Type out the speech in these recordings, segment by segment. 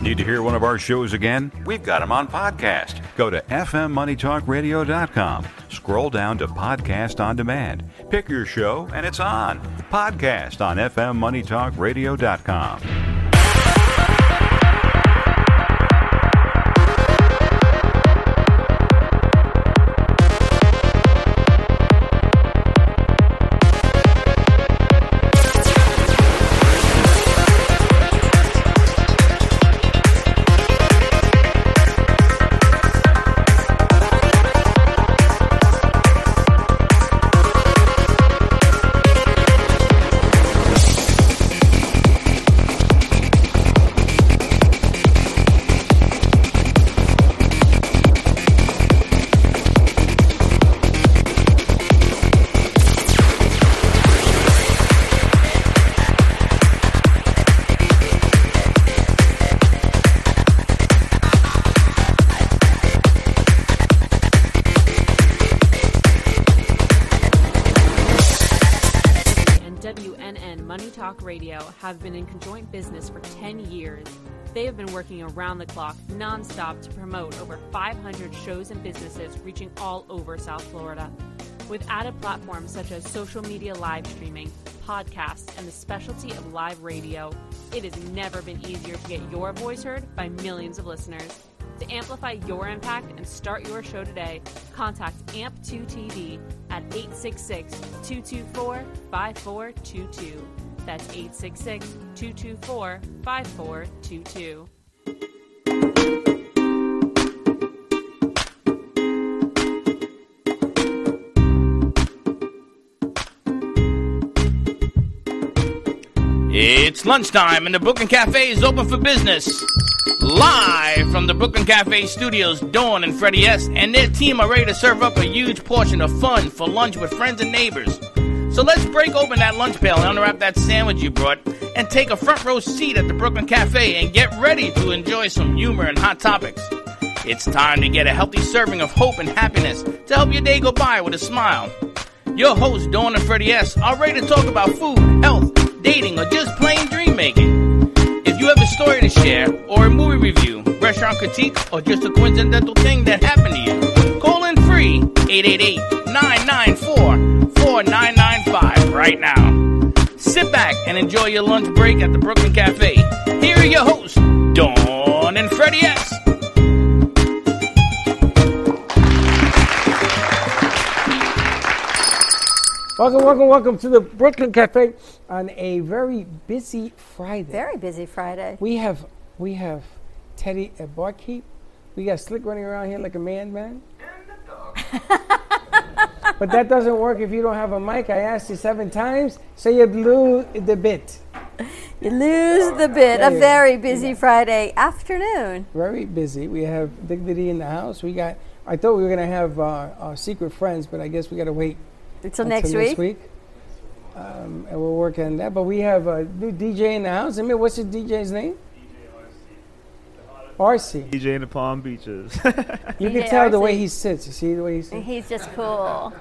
Need to hear one of our shows again? We've got them on podcast. Go to fmmoneytalkradio.com. Scroll down to Podcast on Demand. Pick your show, and it's on. Podcast on fmmoneytalkradio.com. and WNN Money Talk Radio have been in conjoint business for 10 years. They have been working around the clock, nonstop, to promote over 500 shows and businesses reaching all over South Florida. With added platforms such as social media live streaming, podcasts, and the specialty of live radio, it has never been easier to get your voice heard by millions of listeners. To amplify your impact and start your show today, contact AMP2TV at 866 224 5422. That's 866 224 5422. It's lunchtime, and the Brooklyn Cafe is open for business. Live from the Brooklyn Cafe studios, Dawn and Freddie S. and their team are ready to serve up a huge portion of fun for lunch with friends and neighbors. So let's break open that lunch pail and unwrap that sandwich you brought, and take a front row seat at the Brooklyn Cafe and get ready to enjoy some humor and hot topics. It's time to get a healthy serving of hope and happiness to help your day go by with a smile. Your hosts, Dawn and Freddie S., are ready to talk about food, health, dating, or just plain dream making. If you have a story to share, or a movie review, restaurant critique, or just a coincidental thing that happened to you, call in free 888 994 4995 right now. Sit back and enjoy your lunch break at the Brooklyn Cafe. Here are your hosts, Dawn and Freddie S. Welcome, welcome, welcome to the Brooklyn Cafe on a very busy Friday. Very busy Friday. We have we have Teddy at barkeep. We got Slick running around here like a madman. but that doesn't work if you don't have a mic. I asked you seven times, so you blew the bit. You lose the bit. A very busy Friday afternoon. Very busy. We have Dignity in the house. We got. I thought we were gonna have our, our secret friends, but I guess we gotta wait Until until next week. Um, and we'll work on that. But we have a new DJ in the house. I mean, what's your DJ's name? RC. DJ in the Palm Beaches. Oh, You can DJ tell the way RC. he sits. You see the way he sits? He's just cool.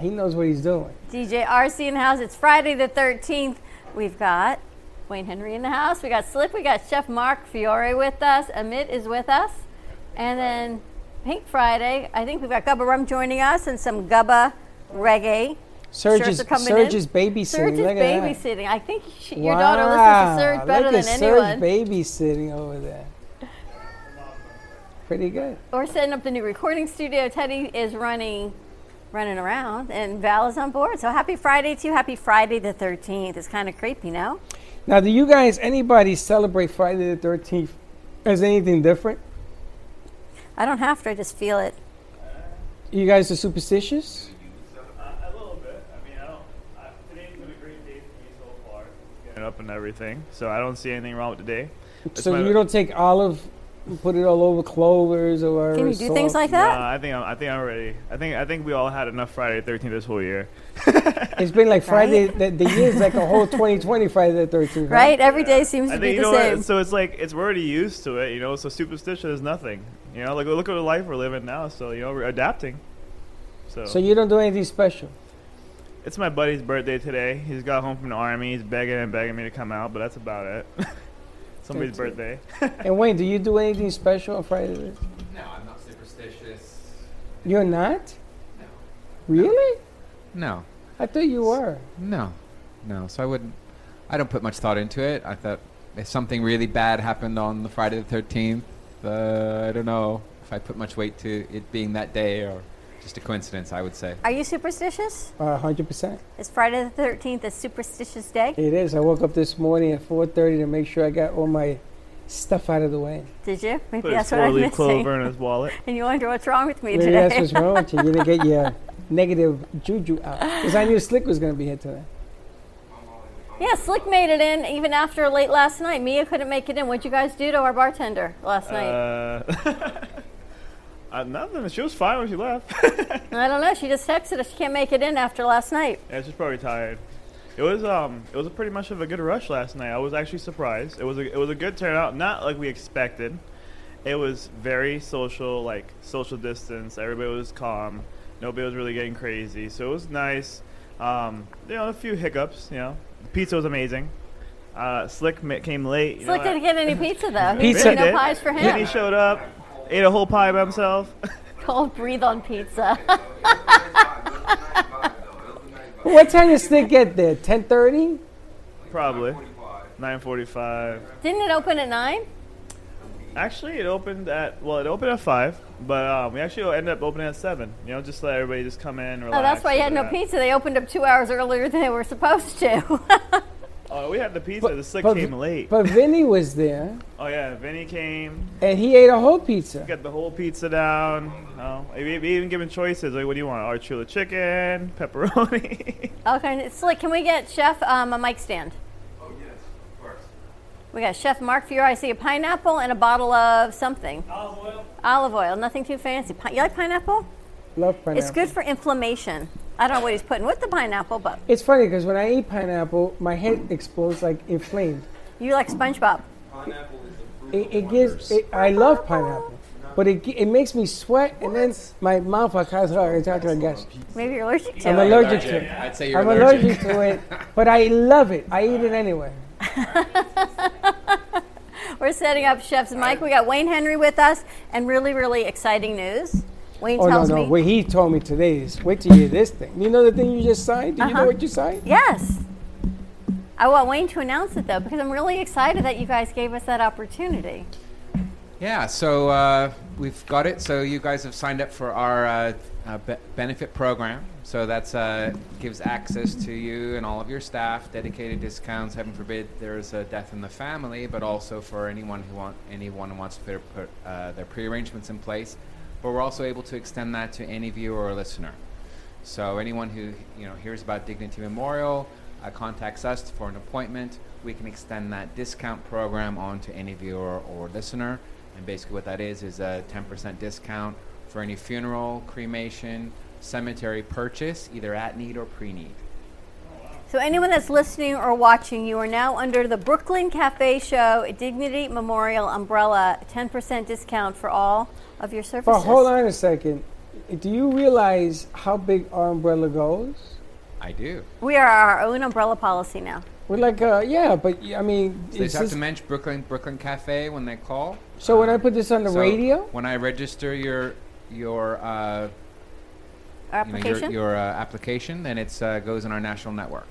He knows what he's doing. DJ RC in the house. It's Friday the 13th. We've got Wayne Henry in the house. We got Slick. We got Chef Mark Fiore with us. Amit is with us. And then Pink Friday. I think we've got Gubba Rum joining us and some Gubba reggae. Surge Shirts is, are coming Surge in. is babysitting. Surge is Look at that. babysitting. I think she, your daughter listens to Wow, Surge better look at than anyone. Surge babysitting over there. Pretty good. We're setting up the new recording studio. Teddy is running, running around, and Val is on board. So happy Friday to you. Happy Friday the 13th. It's kind of creepy, no? Now, do you guys, anybody celebrate Friday the 13th as anything different? I don't have to. I just feel it. You guys are superstitious? a little bit. I mean, I don't. I, today's been a great day for me so far. Getting up and everything, so I don't see anything wrong with the day. It's so my- you don't take olive and put it all over clovers or whatever. Can you do things salt? like Nah, that? I think I'm, I think I'm ready. I think I think we all had enough Friday the 13th this whole year. It's been like Friday, the, the year's like a whole 2020 Friday the 13th. right? Every day seems I to be the think you know same. what? So it's like it's we're already used to it, you know. So superstition is nothing. You know, like look at the life we're living now. So you know we're adapting. So, So you don't do anything special. it's my buddy's birthday today. He's got home from the army. He's begging and begging me to come out, but that's about it. Somebody's Thank you. birthday. And Wayne, do you do anything special on Friday? the- No, I'm not superstitious. You're not? Really? No, I thought you were. no, no. So I wouldn't. I don't put much thought into it. I thought if something really bad happened on the Friday the Thirteenth, uh, I don't know if I put much weight to it being that day or just a coincidence. I would say. Are you superstitious? Uh, 100%. Is Friday the 13th a superstitious day? It is. I woke up this morning at 4:30 to make sure I got all my stuff out of the way. Did you? Maybe Put that's his what I'm four-leaf missing. clover in his wallet. And you wonder what's wrong with me Maybe today. that's what's wrong with you. You didn't get your negative juju out. Because I knew Slick was going to be here today. yeah, Slick made it in even after late last night. Mia couldn't make it in. What'd you guys do to our bartender last night? Uh, uh, nothing. She was fine when she left. I don't know. She just texted us. She can't make it in after last night. yeah, she's probably tired. It was um, it was a pretty much of a good rush last night. I was actually surprised. It was a it was a good turnout, not like we expected. It was very social, like social distance. Everybody was calm. Nobody was really getting crazy, so it was nice. Um, you know, a few hiccups. You know, pizza was amazing. Uh, Slick ma- came late. you know, Slick didn't get any pizza though. He Pizza- didn't get Did. no pies for him. Then he showed up, ate a whole pie by himself. Cold breathe on pizza. What time did Slick get there? 10:30? Probably. 9:45. didn't it open at nine? Actually, it opened at well, it opened at five, but um, we actually ended up opening at seven. You know, just let everybody just come in. Relax, Oh, that's why you this had and no that. pizza. They opened up two hours earlier than they were supposed to. Oh, we had the pizza. the slick but- came late. But Vinny was there, oh yeah, Vinny came. and he ate a whole pizza. Got the whole pizza down. Oh, we we even given choices. Like, what do you want? Archula chicken, pepperoni. okay, Slick, can we get Chef um, a mic stand? We got Chef Mark Fiore. I see a pineapple and a bottle of something. Olive oil. Nothing too fancy. Pi- you like pineapple? Love pineapple. It's good for inflammation. I don't know what he's putting with the pineapple, but It's funny because when I eat pineapple, my head explodes like inflamed. you like SpongeBob. Pineapple is a fruit. It, of it gives. wonders. It, I love pineapple, but it gi- it makes me sweat, and then my mouth like has her chocolate gas. Maybe you're allergic to I'm it. allergic to it. I'd say you're I'm allergic. allergic to it, but I love it. I eat it anyway. We're setting up Chef's mic. We got Wayne Henry with us, and really, really exciting news. Wayne Oh no tells no! me. What he told me today is wait till you hear this thing. You know the thing you just signed? Do Uh-huh. you know what you signed? Yes. I want Wayne to announce it though, because I'm really excited that you guys gave us that opportunity. Yeah, so uh, we've got it. So you guys have signed up for our uh, uh, be- benefit program. So that's uh, gives access to you and all of your staff, dedicated discounts. Heaven forbid there's a death in the family, but also for anyone who want anyone who wants to put put, uh, their prearrangements in place. But we're also able to extend that to any viewer or listener. So anyone who you know hears about Dignity Memorial uh, contacts us for an appointment. We can extend that discount program on to any viewer or listener. And basically, what that is is a 10% discount for any funeral, cremation, cemetery purchase, either at need or pre-need. So anyone that's listening or watching, you are now under the Brooklyn Cafe Show Dignity Memorial umbrella, 10% discount for all of your services. But hold on a second. Do you realize how big our umbrella goes? I do. We are our own umbrella policy now. We're like, uh, yeah, but y- I mean, So they is just have this- to mention Brooklyn Brooklyn Cafe when they call. so when I put this on the So radio, When I register your your uh, you know, Our your, application. your uh, application, then it uh, goes in our national network.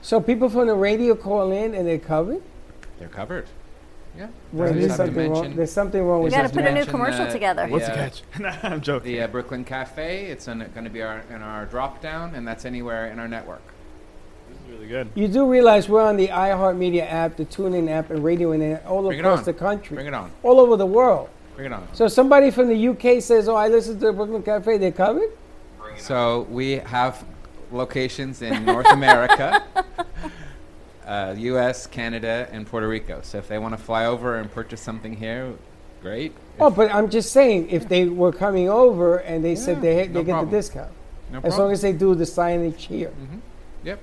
so people from the radio call in and they're covered. They're covered. Yeah. Wait, Doesn't there's have to something wrong. mention- There's something wrong with You gotta Just that. put a new mention commercial uh, the- together. What's the the catch? nah, I'm joking. The uh, Brooklyn Cafe. It's going to be our, in our drop down, and that's anywhere in our network. This is really good. You do realize we're on the iHeartMedia app, the TuneIn app, and radio and it all Bring it across on. the country, Bring it on. all over the world. Bring it on. So somebody from the UK says, "Oh, I listen to the Brooklyn Cafe." They're covered. So we have locations in North America, uh, U.S., Canada, and Puerto Rico. So if they want to fly over and purchase something here, great. Oh, but I'm just saying, if they were coming over and they said Yeah, they they no get problem. the discount, No problem. Mm-hmm. as long as they do the signage here. yep.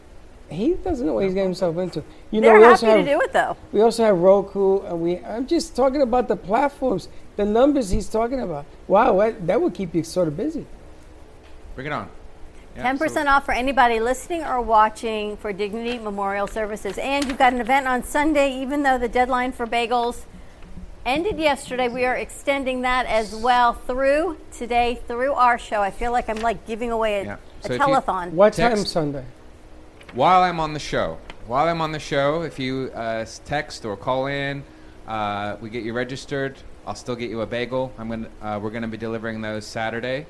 He doesn't know what he's getting himself into. You know, They're we happy also to have do it though. we also have Roku, and we. I'm just talking about the platforms, the numbers he's talking about. Wow, that, that would keep you sort of busy. Bring it on. Yeah, Ten percent off for anybody listening or watching for Dignity Memorial Services. And you've got an event on Sunday, even though the deadline for bagels ended yesterday. We are extending that as well through today, through our show. I feel like I'm like giving away a, Yeah. a So if you- telethon. What time Text. Sunday? while I'm on the show, while I'm on the show, if you uh, s- text or call in, uh, we get you registered. I'll still get you a bagel. I'm gonna, uh, we're going to be delivering those Saturday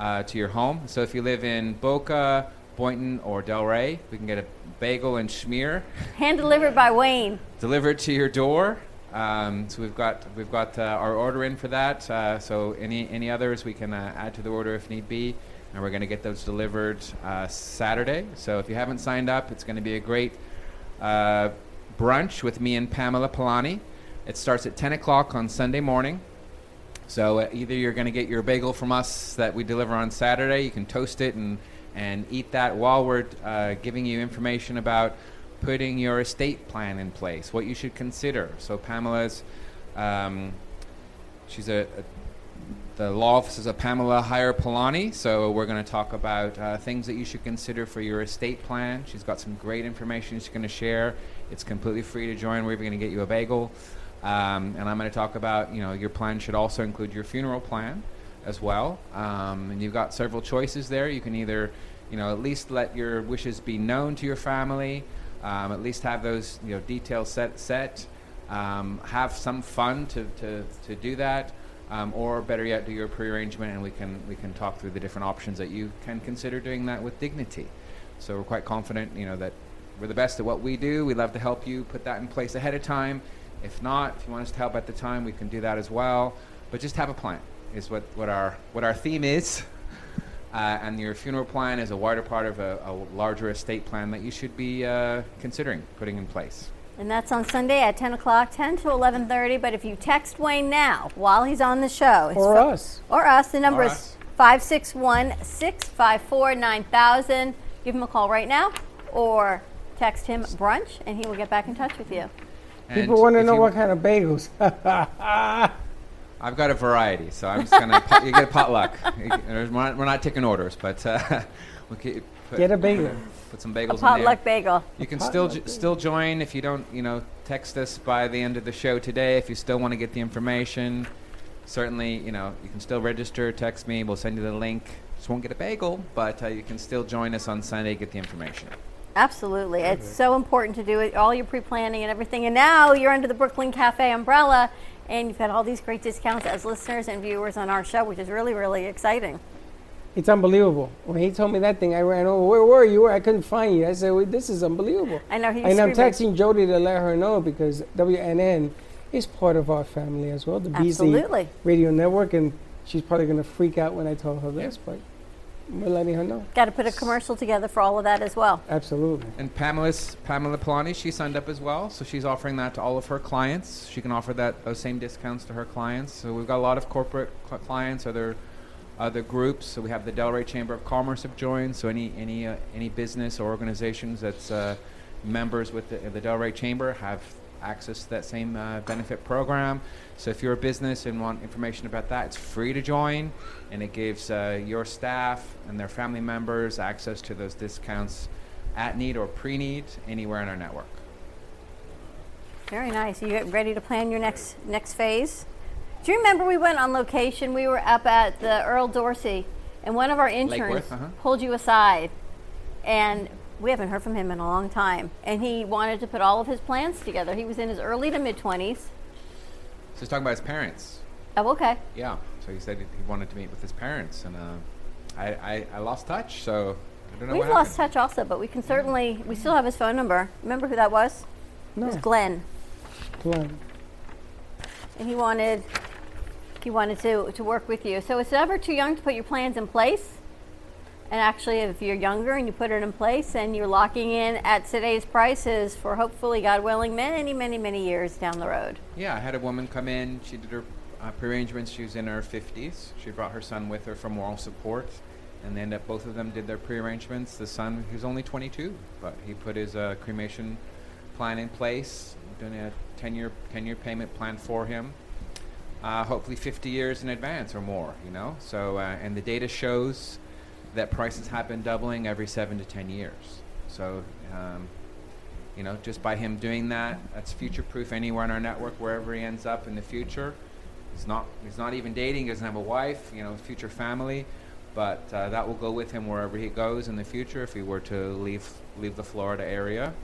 uh, to your home. So if you live in Boca, Boynton, or Delray, we can get a bagel and schmear Hand delivered by Wayne. deliver it to your door. Um, so we've got we've got uh, our order in for that. Uh, so any any others we can uh, add to the order if need be, and we're going to get those delivered uh, Saturday. So if you haven't signed up, it's going to be a great uh, brunch with me and Pamela Polani. It starts at 10 o'clock on Sunday morning. So uh, either you're going to get your bagel from us that we deliver on Saturday, you can toast it and, and eat that while we're uh, giving you information about putting your estate plan in place, what you should consider. So Pamela's, um, she's a, a the law offices of Pamela Hire Polani. So we're going to talk about uh, things that you should consider for your estate plan. She's got some great information she's going to share. It's completely free to join. We're going to get you a bagel, um, and I'm going to talk about you know your plan should also include your funeral plan as well. Um, and you've got several choices there. You can either you know at least let your wishes be known to your family. Um, at least have those you know details set set. Um, have some fun to, to, to do that um, or better yet, do your pre-arrangement, and we can we can talk through the different options that you can consider doing that with dignity. So we're quite confident, you know, that we're the best at what we do. We love to help you put that in place ahead of time. If not, if you want us to help at the time, we can do that as well. But just have a plan is what, what our what our theme is. Uh, and your funeral plan is a wider part of a, a larger estate plan that you should be uh, considering putting in place. And that's on Sunday at 10 o'clock, 10 to 11.30. But if you text Wayne now, while he's on the show. it's Or fr- us. Or us. The number Or is us. 561-654-9000. Give him a call right now or text him brunch, and he will get back in touch with you. And People want to if know you- what kind of bagels. I've got a variety, so I'm just gonna pot, you get a potluck. You- We're not, we're not taking orders, but uh, we could put, Get a bagel. put some bagels in there. Potluck bagel. You can still j- still join if you don't, you know, text us by the end of the show today. If you still want to get the information, certainly, you know, you can still register. Text me. We'll send you the link. Just won't get a bagel, but uh, you can still join us on Sunday. Get the information. Absolutely. It's so important to do it, all your pre planning and everything. And now you're under the Brooklyn Cafe umbrella, and you've got all these great discounts as listeners and viewers on our show, which is really, really exciting. It's unbelievable. When he told me that thing, I ran over. Where were you? Where- I couldn't find you. I said, well, "This is unbelievable." I know, he was And I'm screaming. texting Jody to let her know because WNN is part of our family as well, the Beasley Absolutely. Radio Network, and she's probably going to freak out when I tell her this, but we're letting her know. Got to put a commercial together for all of that as well. Absolutely. And Pamela's Pamela Polani, she signed up as well, so she's offering that to all of her clients. She can offer that those same discounts to her clients. So we've got a lot of corporate cl- clients, other other groups. So we have the Delray Chamber of Commerce have joined. So any any uh, any business or organizations that's uh, members with the, uh, the Delray Chamber have access to that same uh, benefit program. So if you're a business and want information about that, it's free to join, and it gives uh, your staff and their family members access to those discounts at need or pre need anywhere in our network. Very nice. You get ready to plan your next next phase? Do you remember we went on location? We were up at the Earl Dorsey, and one of our interns Worth, uh-huh. pulled you aside, and we haven't heard from him in a long time. And he wanted to put all of his plans together. He was in his early to mid twenties. So he's talking about his parents. Oh, okay. Yeah. So he said he he wanted to meet with his parents, and uh, I, I, I lost touch. So I don't know. We've what lost happened. touch also, but we can certainly we still have his phone number. Remember who that was? It No, was Glenn, plan. and he wanted he wanted to to work with you. So it's never too young to put your plans in place. And actually, if you're younger and you put it in place, and you're locking in at today's prices for hopefully, God willing, many, many, many years down the road. Yeah, I had a woman come in. She did her uh, pre-arrangements. She was in her 50s. She brought her son with her for moral support, and they end up both of them did their pre-arrangements. The son, he was only 22, but he put his uh, cremation plan in place, doing a 10-year 10-year payment plan for him. Uh, hopefully, 50 years in advance or more. You know, so uh, and the data shows that prices have been doubling every seven to ten years. So, um, you know, just by him doing that, that's future proof anywhere in our network, wherever he ends up in the future. He's not, he's not even dating, he doesn't have a wife, you know, future family, but uh, that will go with him wherever he goes in the future if he were to leave, leave the Florida area.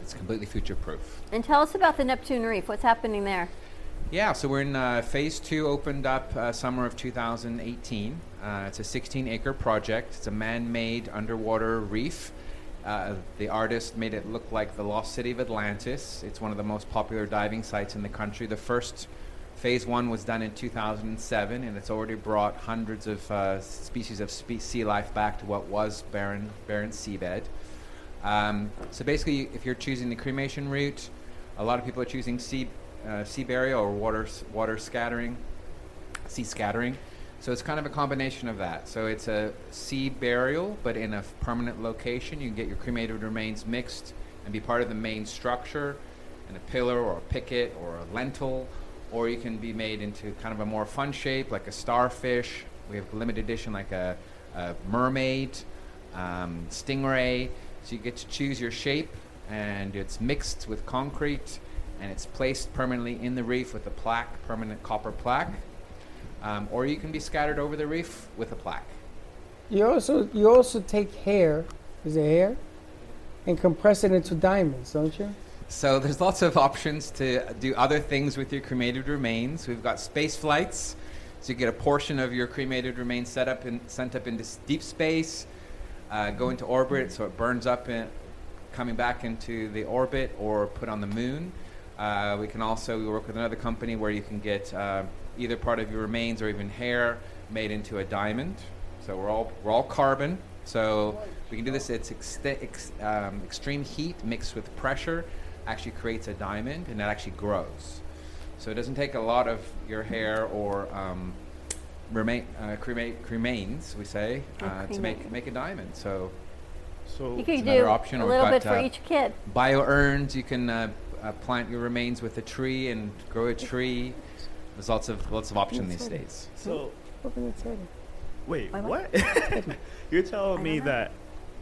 It's completely future proof. And tell us about the Neptune Reef. What's happening there? Yeah, so we're in uh, phase two, opened up uh, summer of 2018. Uh, it's a 16 acre project. It's a man made underwater reef. Uh, the artist made it look like the lost city of Atlantis. It's one of the most popular diving sites in the country. The first phase one was done in 2007, and it's already brought hundreds of uh, species of spe- sea life back to what was barren, barren seabed. Um, so basically, if you're choosing the cremation route, a lot of people are choosing sea, uh, sea burial or water, s- water scattering, sea scattering. So it's kind of a combination of that. So it's a sea burial, but in a f- permanent location. You can get your cremated remains mixed and be part of the main structure in a pillar or a picket or a lentil, or you can be made into kind of a more fun shape, like a starfish. We have limited edition, like a, a mermaid, um, stingray. So you get to choose your shape, and it's mixed with concrete, and it's placed permanently in the reef with a plaque, permanent copper plaque, um, or you can be scattered over the reef with a plaque. You also you also take hair, is it hair, and compress it into diamonds, don't you? So there's lots of options to do other things with your cremated remains. We've got space flights, so you get a portion of your cremated remains set up and sent up into s- deep space, uh, go into orbit, so it burns up and coming back into the orbit or put on the moon. Uh, we can also we work with another company where you can get uh, either part of your remains or even hair made into a diamond. So we're all we're all carbon. So we can do this. It's exte- ex- um, extreme heat mixed with pressure actually creates a diamond, and it actually grows. So it doesn't take a lot of your hair or um, remain uh, cremate, cremains, we say, Oh, uh, to make cremate. make a diamond. So So You could another do option, a or little we've bit got, for uh, each kid. bio urns. You can uh, uh, plant your remains with a tree and grow a tree. There's lots of lots of options these days. so Look at the turtle. wait, Why what? what? You're telling me don't know. that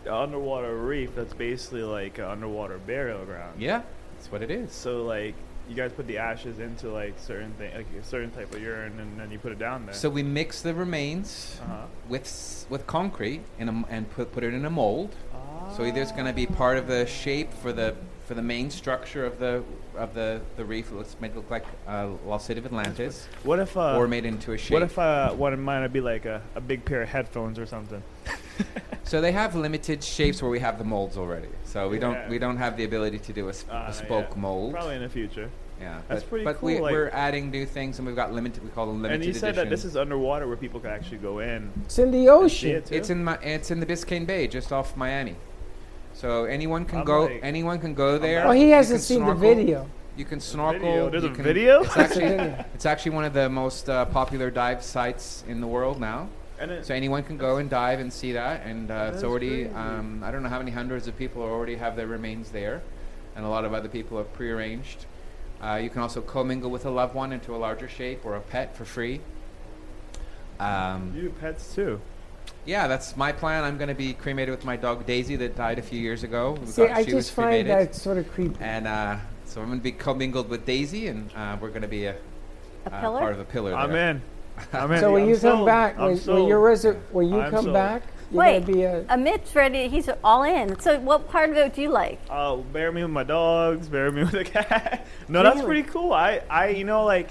the underwater reef that's basically like an underwater burial ground. Yeah, that's what it is. So like you guys put the ashes into like certain thing, like a certain type of urine, and then you put it down there. So we mix the remains Uh-huh. with s- with concrete in a m and put put it in a mold. Ah. So either it's going to be part of the shape for the for the main structure of the of the the reef. It looks made to look like uh, Lost City of Atlantis, What if uh? or made into a shape. what if uh, one of mine would be like a, a big pair of headphones or something? Uh, so they have limited shapes where we have the molds already. So we Yeah. don't we don't have the ability to do a, sp- Ah, a spoke yeah. mold. Probably in the future. Yeah, That's but, pretty but cool, we, like- we're adding new things, and we've got limited. We call them limited and you said edition. that this is underwater where people could actually go in. It's in the and see ocean. it too? it's in my it's in the Biscayne Bay, just off Miami. So anyone can I'm go. like- anyone can go there. Oh, You he can hasn't seen the snorkel. video. You can snorkel. Video. There's you a can- video? It's It's a actually, video. it's actually one of the most uh, popular dive sites in the world now. And it, So anyone can go and dive and see that, and uh, That's it's already crazy. um, I don't know how many hundreds of people already have their remains there, and a lot of other people have prearranged. Uh, you can also commingle with a loved one into a larger shape or a pet for free. Um, you do pets too. yeah, that's my plan. I'm going to be cremated with my dog Daisy that died a few years ago. We See, got- I she just was find cremated. that sort of creepy. And uh, so I'm going to be commingled with Daisy, and uh, we're going to be a, A uh, pillar? part of a pillar. I'm there. in. I'm in. So when I'm you come sold. back, I'm when, when sold. you're reser- when you I'm come sold. back, you're Wait, gonna be a. Amit's ready. He's all in. So, what part of it do you like? uh, bury me with my dogs, bury me with a cat. no, that's Really? pretty cool. I, I, you know, like,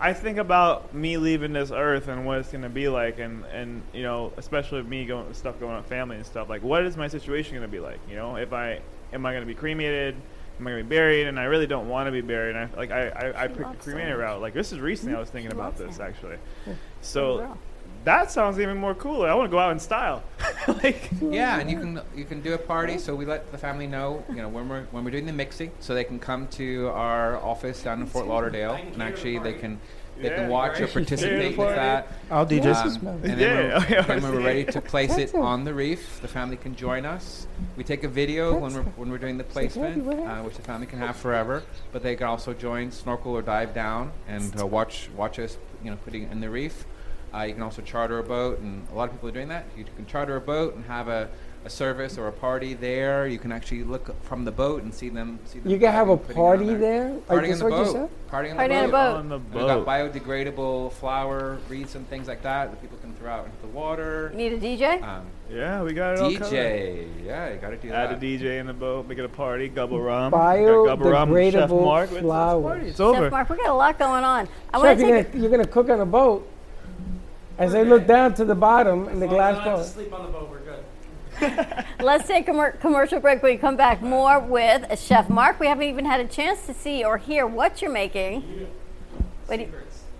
I think about me leaving this earth and what it's gonna be like, and and you know, especially with me going stuff going on with family and stuff. Like, what is my situation gonna be like? You know, if I am I gonna be cremated? Am I gonna be buried? And I really don't want to be buried. And I like I I, I picked the loves cremated that. route. Like this is recently I was thinking She about loves this that. actually. Good So girl. that sounds even more cooler. I want to go out Oh, in style. like Yeah, and you can you can do a party. So we let the family know, you know, when we're when we're doing the mixing, so they can come to our office down in Fort Lauderdale, and actually they can they Yeah, can watch or right. Cater participate the with that. I'll do Um, and then, Yeah, when, we're, I then when we're ready to understand. place it That's a- on the reef, the family can join us. We take a video when That's we're a- when we're doing the like, Andy, placement, what uh, happened? which the family can have forever. But they can also join, snorkel, or dive down and uh, watch watch us, you know, putting it in the reef. Uh, you can also charter a boat, and a lot of people are doing that. You can charter a boat and have a, a service or a party there. You can actually look from the boat and see them. See them You can have a diving, putting it on party there? Like Party on this the what you boat. said? Party on Party the on a boat. boat. on the And We've got boat. biodegradable flower wreaths and things like that that people can throw out into the water. You need a DJ? Um, Yeah, we got it all covered. DJ, yeah, you gotta do Add a that. DJ in the boat, make it a party, gobble rum. Got gobble rum, Chef Mark. Biodegradable It's, flowers. it's over. Chef Mark, we got a lot going on. I Chef, want to you're take. gonna, you're gonna cook on a boat. As they look down to the bottom in the glass boat. A, let's take a commer- commercial break. When we come back, more with Chef Mark. We haven't even had a chance to see or hear what you're making. What do you-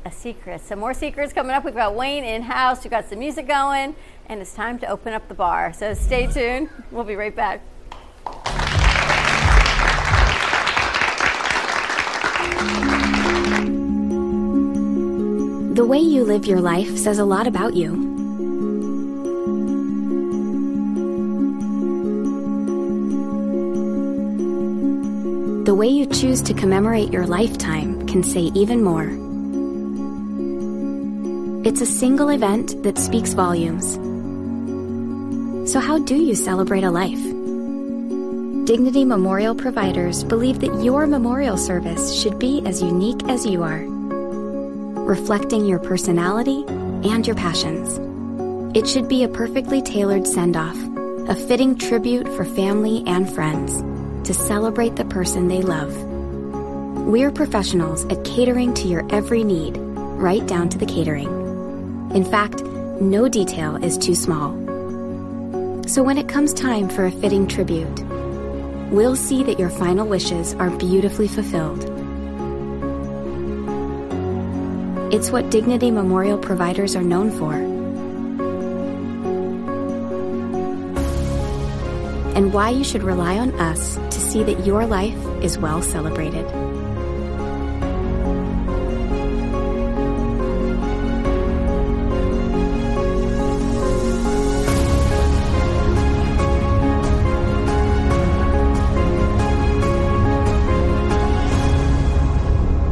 a secret. Some more secrets coming up. We've got Wayne in house. We've got some music going, and it's time to open up the bar. So stay tuned. We'll be right back. The way you live your life says a lot about you. The way you choose to commemorate your lifetime can say even more. It's a single event that speaks volumes. So, how do you celebrate a life? Dignity Memorial providers believe that your memorial service should be as unique as you are reflecting your personality and your passions. It should be a perfectly tailored send off, a fitting tribute for family and friends to celebrate the person they love. We're professionals at catering to your every need, right down to the catering. In fact, no detail is too small. So when it comes time for a fitting tribute, we'll see that your final wishes are beautifully fulfilled. It's what Dignity Memorial providers are known for. And why you should rely on us to see that your life is well celebrated.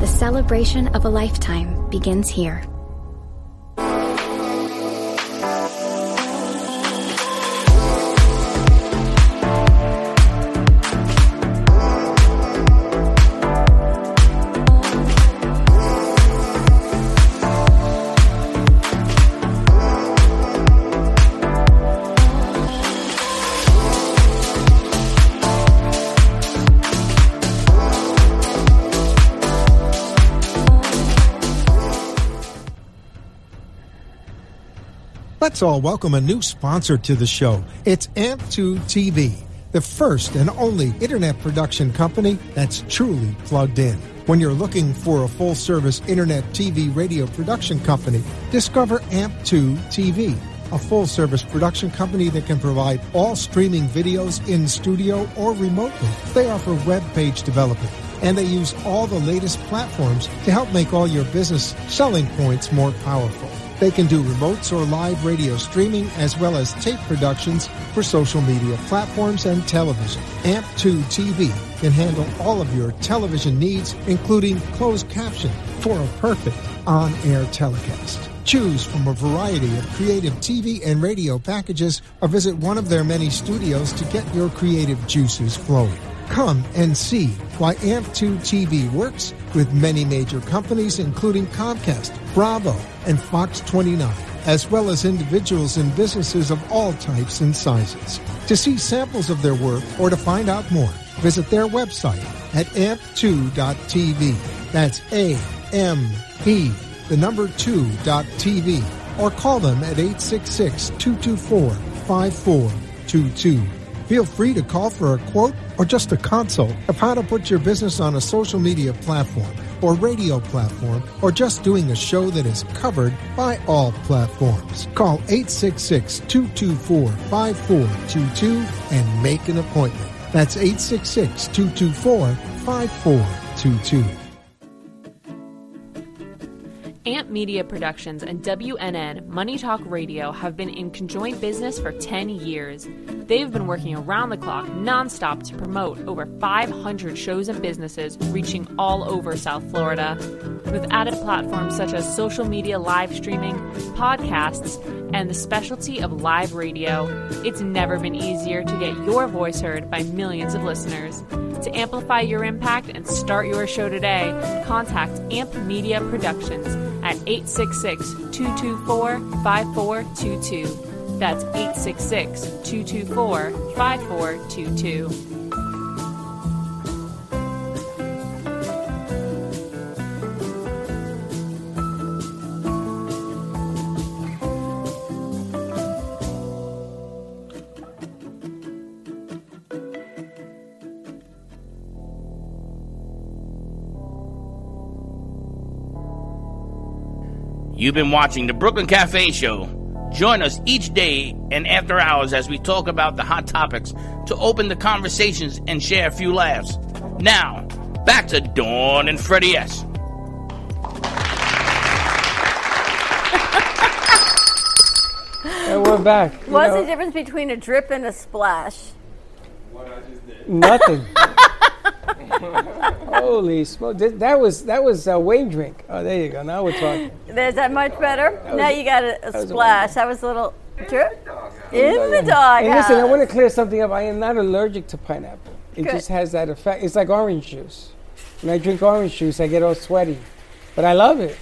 The celebration of a lifetime begins here. Let's all welcome a new sponsor to the show. It's AMP2 TV, the first and only internet production company that's truly plugged in. When you're looking for a full service internet TV radio production company, discover AMP2 TV, a full service production company that can provide all streaming videos in studio or remotely. They offer web page development and they use all the latest platforms to help make all your business selling points more powerful. They can do remotes or live radio streaming as well as tape productions for social media platforms and television. AMP2 TV can handle all of your television needs, including closed caption for a perfect on air telecast. Choose from a variety of creative TV and radio packages or visit one of their many studios to get your creative juices flowing. Come and see why AMP2 TV works with many major companies, including Comcast, Bravo, and Fox 29, as well as individuals and businesses of all types and sizes. To see samples of their work or to find out more, visit their website at amp2.tv. That's A M P, the number 2.tv, or call them at 866 224 5422. Feel free to call for a quote or just a consult of how to put your business on a social media platform or radio platform or just doing a show that is covered by all platforms. Call 866 224 5422 and make an appointment. That's 866 224 5422. AMP Media Productions and WNN Money Talk Radio have been in conjoint business for 10 years. They've been working around the clock nonstop to promote over 500 shows and businesses reaching all over South Florida. With added platforms such as social media live streaming, podcasts, and the specialty of live radio, it's never been easier to get your voice heard by millions of listeners. To amplify your impact and start your show today, contact AMP Media Productions at 866 224 5422. That's 866 224 5422. You've been watching the Brooklyn Cafe Show. Join us each day and after hours as we talk about the hot topics to open the conversations and share a few laughs. Now, back to Dawn and Freddie S. And we're back. you What's know, the difference between a drip and a splash? Nothing. Holy smoke! Th- That was that was a wave drink. Oh, there you go. Now we're talking. Is that much better? now you got a, a was a splash. That was a little drip. In the dog. And listen, I want to clear something up. I am not allergic to pineapple. It Good. just has that effect. It's like orange juice. When I drink orange juice, I get all sweaty, but I love it.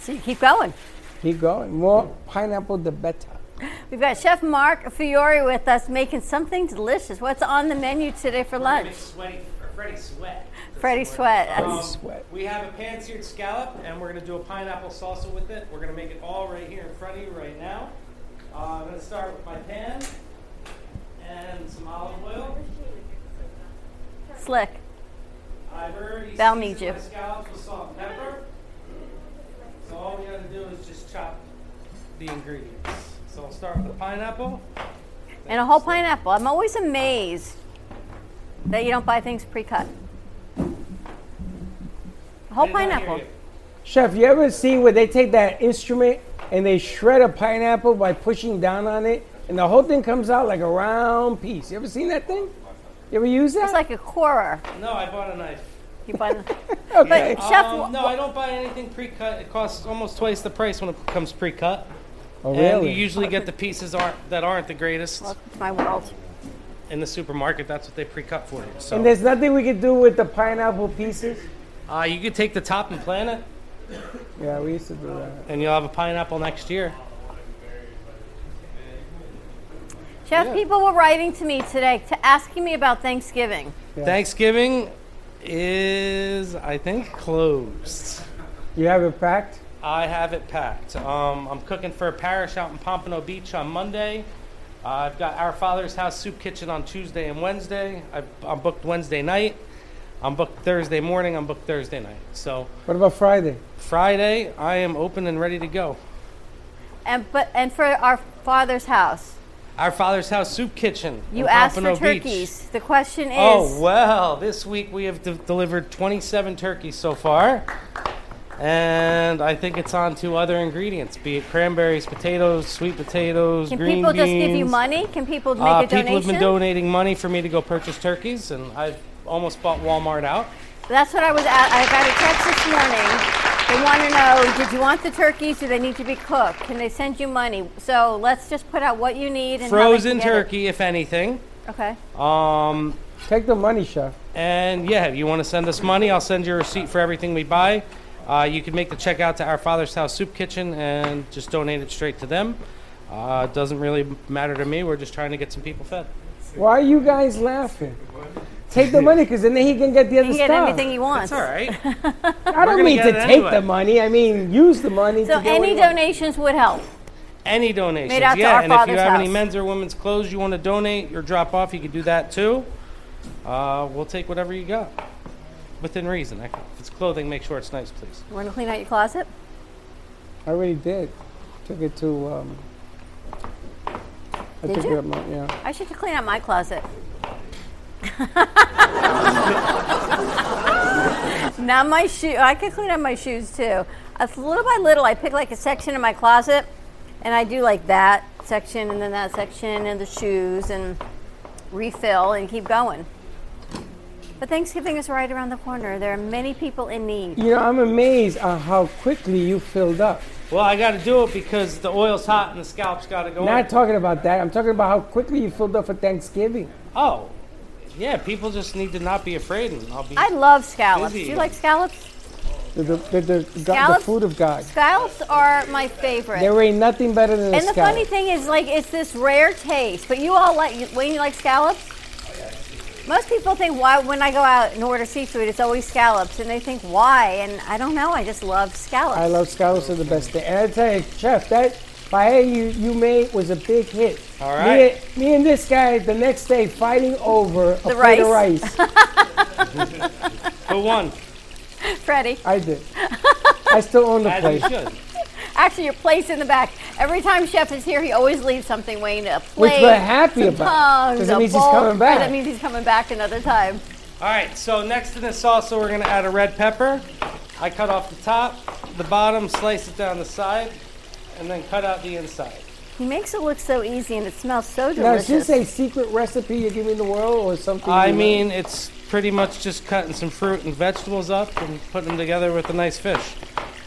So you keep going. Keep going. More pineapple, the better. We've got Chef Mark Fiore with us making something delicious. What's on the menu today for lunch? Sweaty, or Freddy Sweat. Freddie Sweat. You That's- sweat. We have a pan-seared scallop, and we're going to do a pineapple salsa with it. We're going to make it all right here in front of you right now. Uh, I'm going to start with my pan and some olive oil. Slick. I've already They'll seasoned need you. my scallops with salt and pepper. So all we got to do is just chop the ingredients. So I'll start with the pineapple. And a whole pineapple. I'm always amazed that you don't buy things pre cut. A whole Did not hear pineapple. you. Chef, you ever see where they take that instrument and they shred a pineapple by pushing down on it, and the whole thing comes out like a round piece? You ever seen that thing? You ever use that? It's like a corer. No, I bought a knife. You buy okay. But Chef, Um, no, I don't buy anything pre-cut. It costs almost twice the price when it comes pre-cut. oh, And really? you usually get the pieces aren't, that aren't the greatest welcome to my world. in the supermarket. That's what they pre-cut for you. So and there's nothing we could do with the pineapple pieces. uh, you could take the top and plant it, Yeah, we used to do that. and you'll have a pineapple next year. Chef, people were writing to me today to asking me about Thanksgiving. Thanksgiving is, I think, closed. You have it packed? I have it packed. Um, I'm cooking for a parish out in Pompano Beach on Monday. Uh, I've got Our Father's House Soup Kitchen on Tuesday and Wednesday. I've, I'm booked Wednesday night. I'm booked Thursday morning. I'm booked Thursday night. So What about Friday? Friday, I am open and ready to go. And but and for our father's house. Our Father's House Soup Kitchen. You in asked for Pompano Beach. turkeys. The question is Oh, well, this week we have de- delivered 27 turkeys so far. And I think it's on to other ingredients, be it cranberries, potatoes, sweet potatoes, can green people just give you beans. money? Can people make Uh, a donation? people have been donating money for me to go purchase turkeys, and I've almost bought Walmart out. That's what I was at. I got a text this morning. They want to know, did you want the turkeys? Do they need to be cooked? Can they send you money? So let's just put out what you need and how they Frozen can get it. turkey, if anything. Okay. Um, Take the money, chef. And yeah, if you want to send us money, I'll send you a receipt for everything we buy. Uh, you can make the check out to Our Father's House Soup Kitchen and just donate it straight to them. Uh, it doesn't really matter to me. We're just trying to get some people fed. Why are you guys laughing? Take the money, because then he can get the other You can get stuff. anything you want. That's all right. I don't gonna mean get to it take anyway. the money. I mean use the money. So to get what any you want. donations would help. Any donations. Made out to yeah, Our and if you Father's have any House. men's or women's clothes you want to donate or drop off, you can do that too. Uh, we'll take whatever you got. Within reason. If it's clothing, make sure it's nice, please. You want to clean out your closet? I already did. Took it to. Um, I Did took you? it up. My, yeah. I should clean out my closet. Not my shoe. I could clean out my shoes too. uh, little by little, I pick like a section in my closet, and I do like that section, and then that section, and the shoes, and refill, and keep going. But Thanksgiving is right around the corner. There are many people in need. You know, I'm amazed at how quickly you filled up. Well, I got to do it because the oil's hot and the scalp's got to go. in. Not talking about that. I'm talking about how quickly you filled up for Thanksgiving. Oh, yeah. People just need to not be afraid, and I'll be. I love scallops. Busy. Do you like scallops? The, the, the, the, God- the Scallops? food of God. Scallops are my favorite. There ain't nothing better than a and the scallop. funny thing is, like, it's this rare taste. But you all like you- Wayne, you like scallops? Most people think why when I go out and order seafood, it's always scallops, and they think why, and I don't know. I just love scallops. I love scallops are the best thing. And I tell you, Chef, that paella you, you made was a big hit. All right. Me, and- me and this guy the next day fighting over a The plate of rice. Who won? Freddie. I did. I still own the As plate. you should. Actually, your place in the back. Every time Chef is here, he always leaves something Wayne a Which plate. we're happy some about, tongs, 'cause it a means he's bowl. coming back. That means he's coming back another time. All right, so next to this salsa, we're gonna add a red pepper. I cut off the top, the bottom, slice it down the side, and then cut out the inside. He makes it look so easy, and it smells so Now, is delicious. this a secret recipe you're giving the world or something? I you know? mean, it's pretty much just cutting some fruit and vegetables up and putting them together with a nice fish.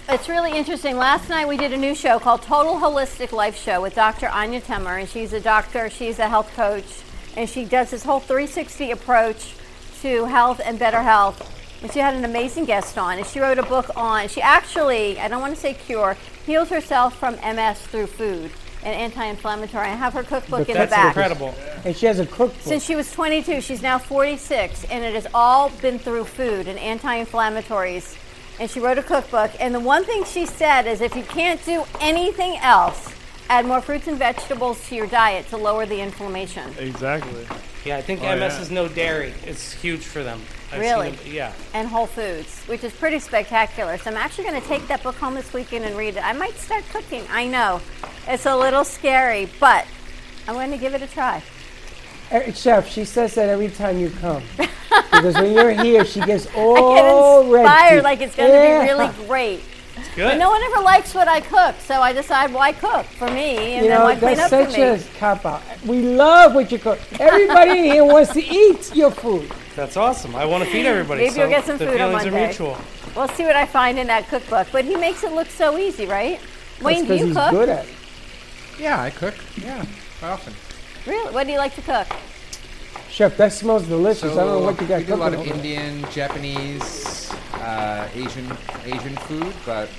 It's really interesting. Last night we did a new show called Total Holistic Life Show with Dr. Anya Temmer, and she's a doctor, she's a health coach, and she does this whole 360 approach to health and better health. And she had an amazing guest on, and she wrote a book on, she actually, I don't want to say cure, heals herself from MS through food and anti inflammatory. I have her cookbook in the That's back. incredible. and she has a cookbook. Since she was 22, she's now 46, and it has all been through food and anti inflammatories. And she wrote a cookbook. And the one thing she said is if you can't do anything else, add more fruits and vegetables to your diet to lower the inflammation. Exactly. Yeah, I think Oh, MS yeah. is no dairy. It's huge for them. I've seen Really? them- Yeah. And whole foods, which is pretty spectacular. So I'm actually going to take that book home this weekend and read it. I might start cooking. I know. It's a little scary, but I'm going to give it a try. Eh, Chef, she says that every time you come. because when you're here, she gets all I get inspired ready. like it's going to Yeah. be really great. Good. No one ever likes what I cook, so I decide why cook for me, and You then know, why clean that's up such for me. a cop out. We love what you cook. Everybody in here wants to eat your food. That's awesome. I want to feed everybody. Maybe so you'll get some the food on feelings are Monday. mutual. We'll see what I find in that cookbook, but he makes it look so easy, right? Wayne, do because you he's cook? good at it. Yeah, I cook. Yeah, quite often. Really? What do you like to cook? Chef, that smells delicious. I don't know "Oh, what you got we do a lot of cooking. Indian, Japanese, uh, Asian, Asian food, but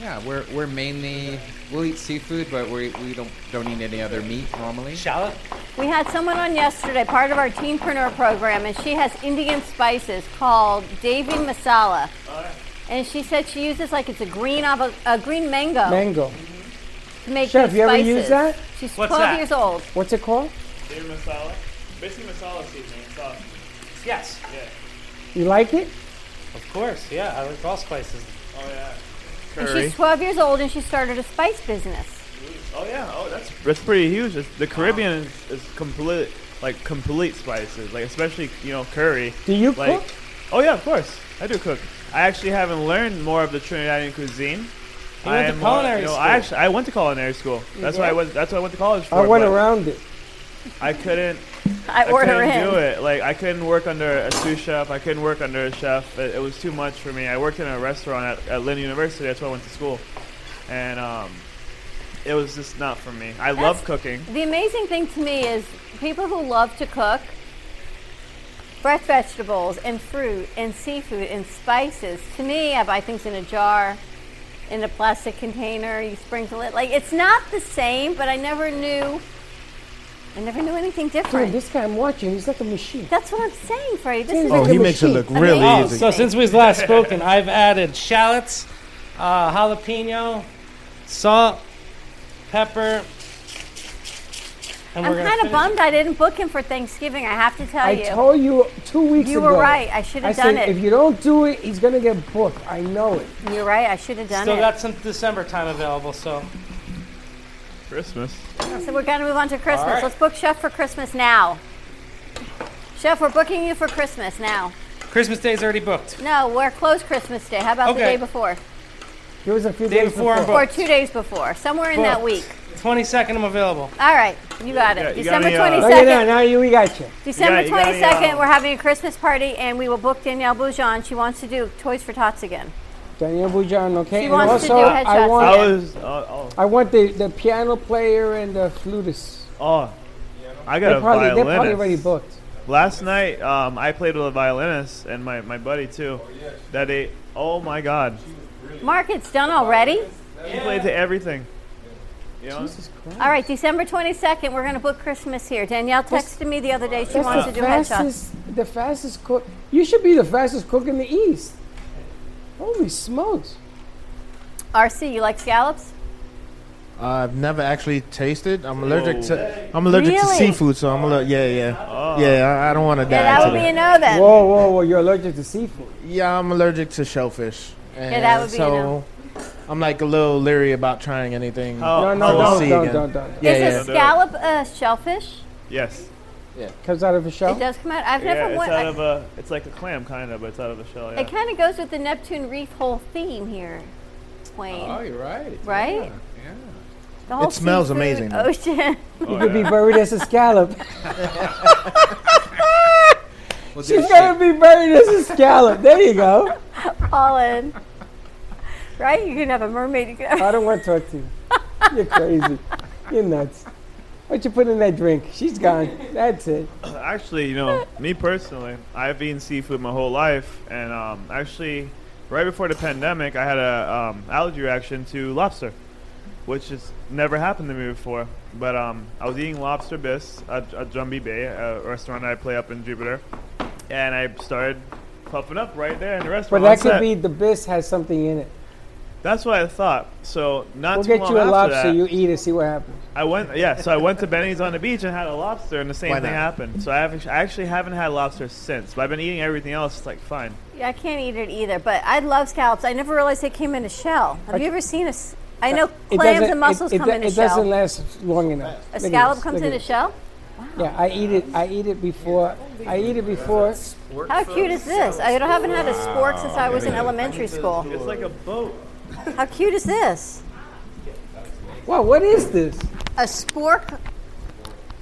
yeah, we're we're mainly we'll eat seafood, but we we don't don't eat any other meat normally. Shallot. We had someone on yesterday, part of our teenpreneur program, and she has Indian spices called Devi Masala. And she said she uses like it's a green avo- a green mango, Mango. to make Chef, these you ever spices. use that? She's What's 12 that? years old. What's it called? Dear masala, basically masala seasoning sauce. Yes. You like it? Of course. Yeah. I like all spices. Oh yeah. And she's 12 years old, and she started a spice business. Oh yeah. Oh, that's that's pretty huge. It's, the Caribbean is, is complete like complete spices, like especially you know curry. Do you Like, cook? oh yeah, of course I do cook. I actually haven't learned more of the Trinidadian You cuisine. went I to am more- culinary you know, school. I actually I went to culinary school. That's why I went. That's what I went to college for. I went but around it. I couldn't. I, I order couldn't in. do it. Like I couldn't work under a sous chef. I couldn't work under a chef. It, it was too much for me. I worked in a restaurant at, at Lynn University. That's where I went to school, and um, it was just not for me. I love cooking. The amazing thing to me is people who love to cook fresh vegetables and fruit and seafood and spices. To me, I buy things in a jar, in a plastic container, you sprinkle it. Like it's not the same, but I never knew I never knew anything Dude, different. this guy I'm watching, he's like a machine. That's what I'm saying, Freddie. This Dude, is Oh, like he a makes it machine. look really Oh, so since we've last spoken, I've added shallots, uh, jalapeno, salt, pepper, and I'm we're gonna kind of finish- bummed I didn't book him for Thanksgiving. I have to tell I you. told you two weeks You ago. were right. I should have I said, done it. If you don't do it, he's going to get booked. I know it. You're right. I should have done Still it. got some December time available, so Christmas. So we're going to move on to Christmas. All right. Let's book Chef for Christmas now. Chef, we're booking you for Christmas now. Christmas Day's already booked. No, we're closed Christmas Day. How about the Okay. day before? It was a few Day days before before. I'm Or two days before, somewhere in that Booked. week. 22nd, I'm available. All right, you got it. you got December any, Look uh, at 22nd. that. Oh, Now you, we got you. December you got any, 22nd, uh, we're having a Christmas party, and we will book Danielle Boujon. She wants to do Toys for Tots again. Danielle Bujan, okay? She and wants to also, do I headshots. want, I was. Oh, I want the, the piano player and the flutist. oh, oh. I got They a probably, they're probably violinist. already booked. Last night, um, I played with a violinist and my, my buddy too. That ate. Oh my God. Mark, it's done already? He played to everything. You know? All right, December 22nd, we're going to book Christmas here. Danielle texted me the other day she wants to the do headshots. fastest, the fastest cook. You should be the fastest cook in the East. Holy smokes. RC, you like scallops? I've never actually tasted. I'm allergic to. I'm allergic Really? to seafood, so I'm allergic. Yeah, yeah, yeah. I, I don't want to die. Yeah, that would to be a no then. Whoa, whoa, whoa. You're allergic to seafood. Yeah, I'm allergic to shellfish. And Yeah, that would be a so no. I'm like a little leery about trying anything. No, Oh, no, I will don't, see don't, again. don't, don't. Yeah, Is yeah. a scallop a uh, shellfish? Yes. Comes out of a It shell. does come out. I've Yeah, never. it's wa- out I- of uh, a. It's like a clam, kind of, but it's out of a shell. Yeah. It kind of goes with the Neptune Reef whole theme here, Wayne. Oh, you're right. right? Yeah. The whole It smells seafood, amazing, though. Ocean. You could be buried as a scallop. We'll do She's shake- going to be buried as a scallop. There you go. Colin. Right? You can have a mermaid. You can have I don't want to talk to you. You're crazy. You're nuts. What you put in that drink? She's gone. That's it. Actually, you know, me personally, I've eaten seafood my whole life, and um, actually, right before the pandemic, I had a um, allergy reaction to lobster, which has never happened to me before. But um, I was eating lobster bis at, at Jumbie Bay, a restaurant I play up in Jupiter, and I started puffing up right there in the But restaurant. on that could set. be the bis has something in it. That's what I thought. So not We'll too get long you a after lobster. that, You eat it. See what happens. I went. Yeah, so I went to Benny's on the beach and had a lobster, and the same Why thing not? happened. So I, have, I actually haven't had lobster since, but I've been eating everything else. It's like fine. Yeah, I can't eat it either, but I love scallops. I never realized they came in a shell. Have you ever seen a? s- I know clams doesn't- and mussels it, it, come do- in a it shell. doesn't last long enough. a Look at scallop this, comes look in at a shell. this. Yeah, I eat it. I eat it before. I eat it before. How cute is this? I don't- haven't had a spork since I was in elementary school. It's like a boat. How cute is this? Wow, what is this? A spork.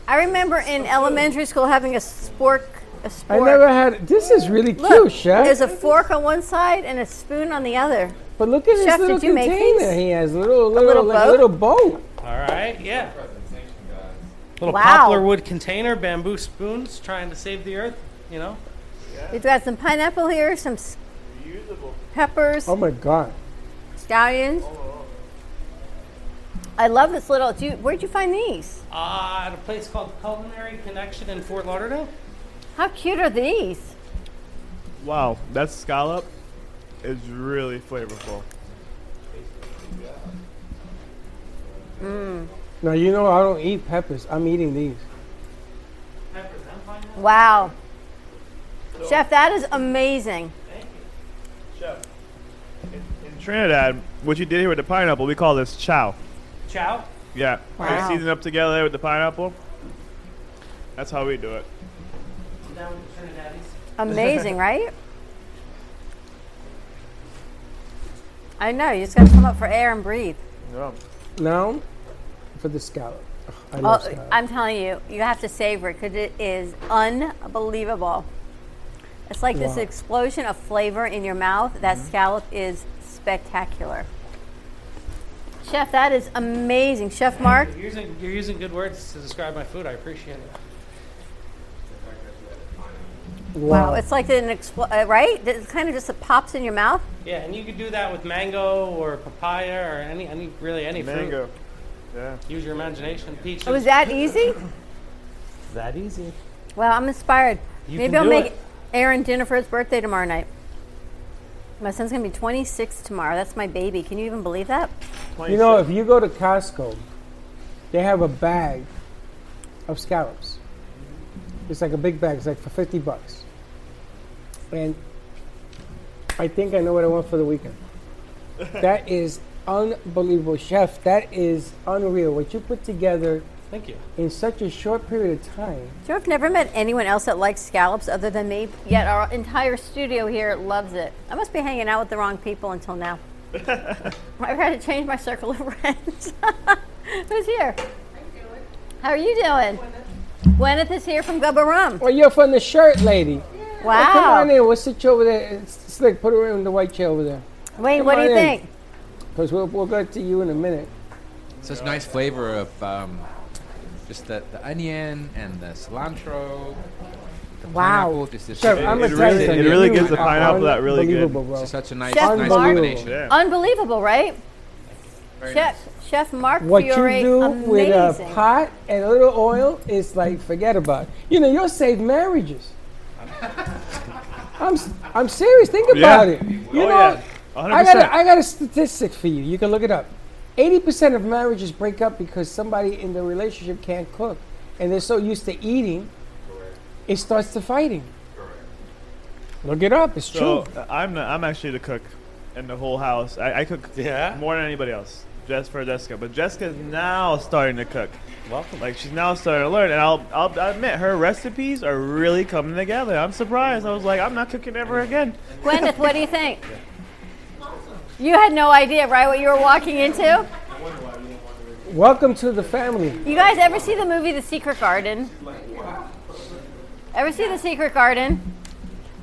I remember in elementary school having a spork. A spork. I never had. This is really Look, cute, chef. there's a fork on one side and a spoon on the other. but look at Chef, this little did you make container these? he has. Little, little, little like, boat? little boat. All right, yeah. Little Wow. poplar wood container, bamboo spoons, trying to save the earth. You know, We've got some pineapple here, some s- peppers, Oh my god. scallions. I love this little. Do you, where'd you find these? uh, at a place called Culinary Connection in Fort Lauderdale. How cute are these? Wow, that scallop is really flavorful. Mm. Now you know I don't eat peppers. I'm eating these. Wow. Chef, that is amazing. In Trinidad, what you did here with the pineapple, we call this chow. Chow. Yeah, Wow. they season up together with the pineapple. That's how we do it. Down with the Trinidadies. Amazing, right? I know, you just gotta come up for air and breathe. Yeah. Now, for the scallop. Ugh, I love Oh, scallop. I'm telling you, you have to savor it because it is unbelievable. It's like this Wow. Mm-hmm. explosion of flavor in your mouth. That scallop is spectacular. Chef, that is amazing. Chef Mark, You're using, you're using good words to describe my food. I appreciate it. wow, it's like an expl- uh, right? It kind of just pops in your mouth. Yeah, and you could do that with mango or papaya or any, any really any Mango. fruit. Yeah. Use your imagination. Peaches. It was Oh, that easy? that easy? Well, I'm inspired. You Maybe can I'll do make it. Aaron dinner for his birthday tomorrow night. My son's gonna be 26 tomorrow. That's my baby. Can you even believe that? You know, if you go to Costco, they have a bag of scallops. It's like a big bag. It's like for fifty bucks. And I think I know what I want for the weekend. that is unbelievable, chef. That is unreal. What you put together Thank you. in such a short period of time. You know, I've never met anyone else that likes scallops other than me, yet our entire studio here loves it. I must be hanging out with the wrong people until now. I've got to change my circle of friends. Who's here? How are you doing? Gwyneth is here from Gubba Rum. Well, Oh, you're from the shirt lady. Oh, come on Wow. in. We'll sit you over there. It's Slick, put her in the white chair over there. Wayne, come what do on you in. think? Because we'll, we'll get to you in a minute. Such nice flavor of um, just the, the onion and the cilantro. The Wow. pineapple, just this Chef, I'm gonna tell It you really- something. it really You gives the are pineapple that really good- unbelievable, bro. It's such a nice, Chef nice Mark- Oh, combination. Yeah. Unbelievable, right? Very Chef, Chef Mark What Fiore, you do amazing. with a pot and a little oil is like forget about. It. You know, you'll save marriages. I'm s- I'm serious. Think Yeah. about it. You know, oh yeah, 100%. I got a, I got a statistic for you. You can look it up. Eighty percent of marriages break up because somebody in the relationship can't cook, and they're so used to eating, it starts to fighting. Look it up. It's so true. uh, I'm the, I'm actually the cook in the whole house. I, I cook Yeah? more than anybody else. Just for Jessica, but Jessica's now starting to cook. Welcome. Like she's now starting to learn, and I'll I'll admit her recipes are really coming together. I'm surprised. I was like, I'm not cooking ever again. Gwyneth, what do you think? You had no idea, right, what you were walking into? Welcome to the family. You guys ever see the movie The Secret Garden? Ever see The Secret Garden?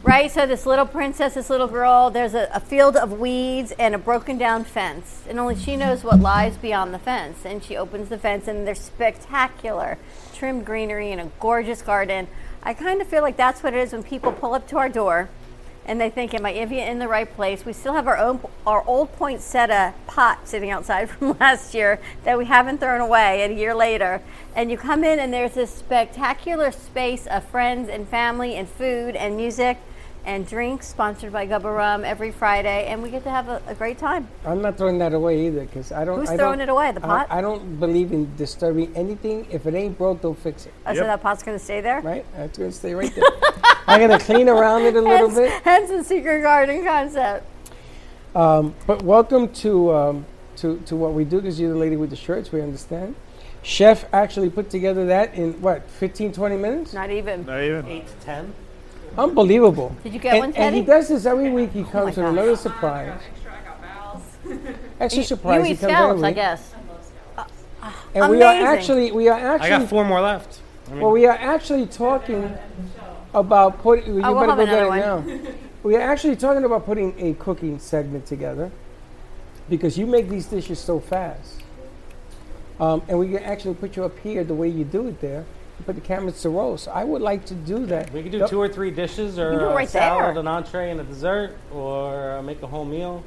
Right? So, this little princess, this little girl, there's a, a field of weeds and a broken down fence. And only she knows what lies beyond the fence. And she opens the fence, and there's spectacular trimmed greenery and a gorgeous garden. I kind of feel like that's what it is when people pull up to our door and they think, Am I even in the right place? We still have our, own, our old poinsettia pot sitting outside from last year that we haven't thrown away and a year later. And you come in, and there's this spectacular space of friends and family and food and music and drinks sponsored by Gubba Rum every Friday. And we get to have a, a great time. I'm not throwing that away either because I don't. Who's I throwing don't- it away? The I- pot? I, don't believe in disturbing anything. If it ain't broke, don't fix it. Oh, So Yep. that pot's going to stay there? Right? That's gonna stay right there. I'm gonna clean around it a little Hence, bit. hence the secret garden concept. Um, but welcome to um, to to what we do because you're the lady with the shirts. We understand. Chef actually put together that in what 15, 20 minutes? Not even. Not even. Eight to ten. Unbelievable. Did you get and, one, and he Teddy? Oh does this every week. He comes with gosh. another surprise. Extra surprise. You he eat comes scallops, every I week. guess. And we are Amazing. actually we are I actually got four more left. Well, we are actually talking about putting. You Oh, we'll better have go get it another now. we are actually talking about putting a cooking segment together because you make these dishes so fast, um, and we can actually put you up here the way you do it there. Put the cameras to roll. So I would like to do that. We could do Yep. two or three dishes, can do or it a right salad, there. an entree, and a dessert, or uh, make a whole meal.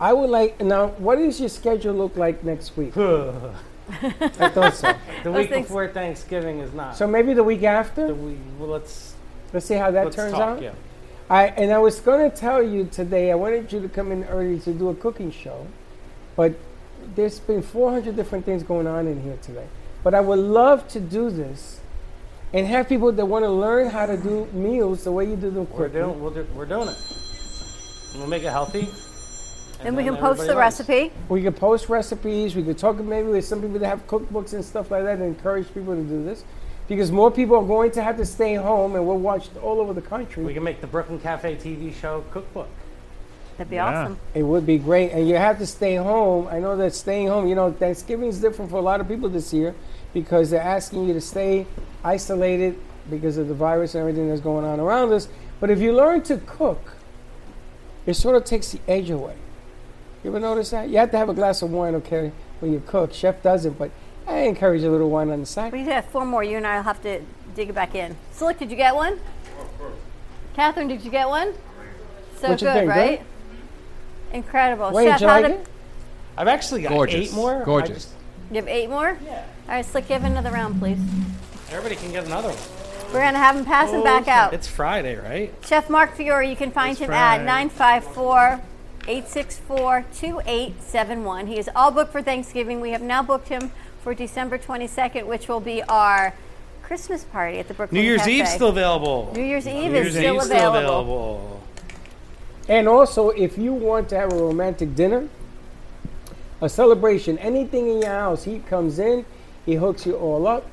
I would like now. What does your schedule look like next week? I thought so. The week things- before Thanksgiving is not. So maybe the week The after. we- well, let's Let's see how that let's turns talk. out. Yeah. I and I was going to tell you today. I wanted you to come in early to do a cooking show, but there's been 400 different things going on in here today. But I would love to do this and have people that want to learn how to do meals the way you do them We're quickly. doing we'll do, we're doing it. We'll make it healthy. Then we then can post the everybody likes. recipe. We could post recipes. We could talk maybe with some people that have cookbooks and stuff like that and encourage people to do this. Because more people are going to have to stay home and we're watched all over the country. We can make the Brooklyn Cafe TV show cookbook. That'd be Yeah. awesome. It would be great, and you have to stay home. I know that staying home, you know, Thanksgiving is different for a lot of people this year because they're asking you to stay isolated because of the virus and everything that's going on around us. But if you learn to cook, it sort of takes the edge away. You ever notice that? You have to have a glass of wine, okay, when you cook. Chef doesn't, but I encourage a little wine on the side. We have four more. You and I will have to dig it back in. Slick, did you get one? Catherine, did you get one? So What good, you think, good? right? Incredible. Wait, Chef, did you how like did- it? I've actually got Gorgeous. eight more. I Gorgeous. just- you have eight more? Yeah. All right, Slick, give another round, please. everybody can get another one. We're going to have them pass them back out. It's Friday, right? Chef Mark Fiore, you can find him at 954 864 2871. He is all booked for Thanksgiving. We have now booked him for December 22nd, which will be our Christmas party at the Brooklyn New Year's Cafe. Eve's still available. New Year's Eve New is Year's still, Eve's available. still available. And also, if you want to have a romantic dinner, a celebration, anything in your house, he comes in, he hooks you all up.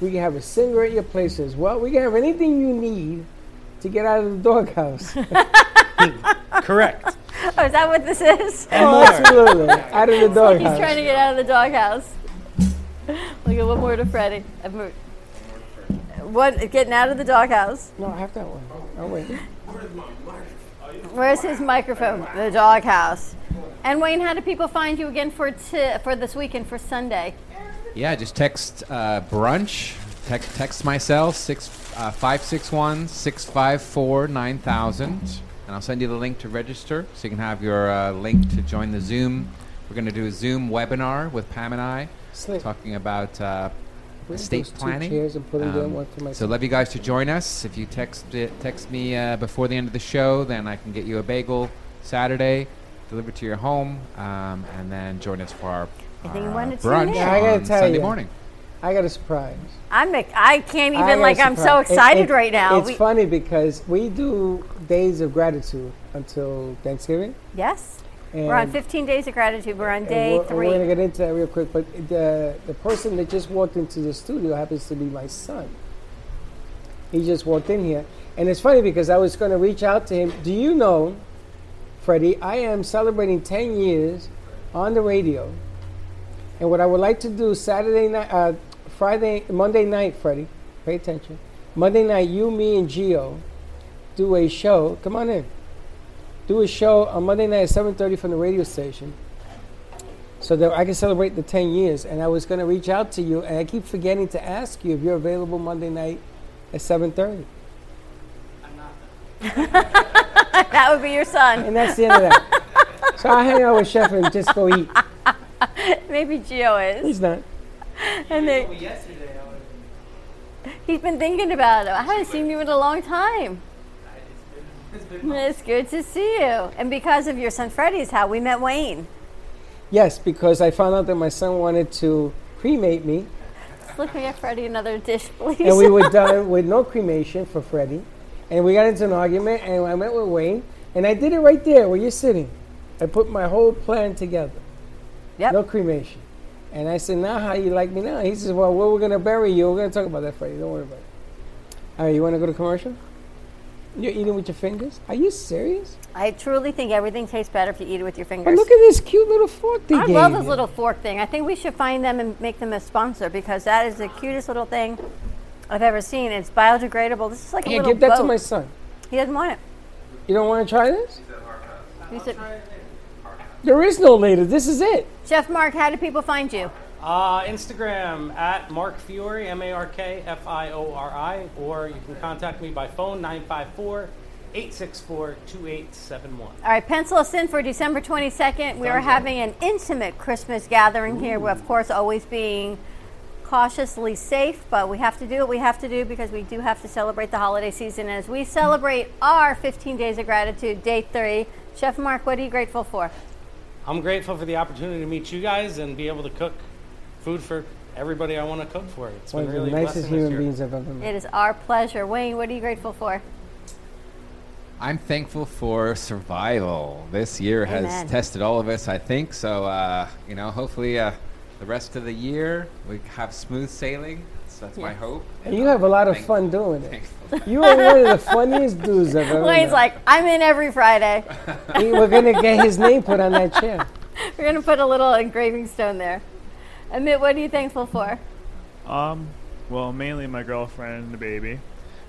We can have a singer at your place as well. We can have anything you need to get out of the doghouse. Correct. Oh, is that what this is? Oh, absolutely. Out of the doghouse. He's trying to get out of the doghouse. Look at one more to Freddie. I've moved. What? Getting out of the doghouse. No, I have that one. Oh wait. Where's his microphone? The doghouse. And Wayne, how do people find you again for t- for this weekend for Sunday? Yeah, just text uh, brunch. Text, text myself six uh, five six one six five four nine thousand, and I'll send you the link to register, so you can have your uh, link to join the Zoom. We're going to do a Zoom webinar with Pam and I, Slick. talking about uh, Bring estate those two planning. chairs and put them down, Um, one for so myself. love you guys to join us. If you text it- text me uh, before the end of the show, then I can get you a bagel Saturday, delivered to your home, um, and then join us for our, I think you our wanted to brunch tune in. Yeah, I gotta on tell Sunday you. morning. I got a surprise. I'm a, I can't I even got a like I'm so surprise. It- excited it- right now. It's We- funny because we do days of gratitude until Thanksgiving. yes, And we're on 15 days of gratitude. We're on and day we're, and three. We're gonna get into that real quick, but the the person that just walked into the studio happens to be my son. He just walked in here, and it's funny because I was gonna reach out to him. Do you know, Freddie? I am celebrating 10 years on the radio, and what I would like to do Saturday night, uh, Friday, Monday night, Freddie, pay attention. Monday night, you, me, and Gio do a show. Come on in. Do a show on Monday night at 7:30 from the radio station so that I can celebrate the 10 years. And I was going to reach out to you, and I keep forgetting to ask you if you're available Monday night at 7:30. that would be your son. And that's the end of that. so I hang out with Chef and just go eat. Maybe Gio is. He's not. And they, he's been thinking about it. I haven't seen you in a long time. It's good to see you. And because of your son Freddie is how we met Wayne. Yes, because I found out that my son wanted to cremate me, Look me at Freddie another dish, please. and we were done with no cremation for Freddie. And we got into an argument, and I went with Wayne, and I did it right there where you're sitting. I put my whole plan together. Yep. No cremation. And I said, now how you like me now? He says, well, where we're going to bury you, we're going to talk about that, Freddie. Don't worry about it. All right, you want to go to commercial? You're eating with your fingers? Are you serious? I truly think everything tastes better if you eat it with your fingers. But look at this cute little fork they I gave love this you. little fork thing. I think we should find them and make them a sponsor because that is the cutest little thing I've ever seen. It's biodegradable. This is like a Here, little give that to boat. my son. He doesn't want it. You don't want to try this? He said, There is no later. This is it. Chef Mark, how do people find you? Uh, Instagram at Mark Fiore, M A R K F I O R I, or you can contact me by phone 954 864 2871. All right, pencil us in for December 22nd. We are having an intimate Christmas gathering here. We're, of course, always being cautiously safe, but we have to do what we have to do because we do have to celebrate the holiday season as we celebrate our 15 Days of Gratitude, Day 3. Chef Mark, what are you grateful for? I'm grateful for the opportunity to meet you guys and be able to cook food for everybody I want to cook for. It's One been of really the a nicest blessing this human year. beings I've ever met. It is our pleasure. Wayne, what are you grateful for? I'm thankful for survival. This year has Amen. tested all of us, I think. So, uh, you know, hopefully uh, the rest of the year we have smooth sailing. So that's my hope. And you have a lot of Thank- fun doing it. Thankful. You are one of the funniest dudes I've ever Wayne's met. like, I'm in every Friday. He- We're going to get his name put on that chair. We're going to put a little engraving stone there. Amit, what are you thankful for? Um, well, mainly my girlfriend and the baby,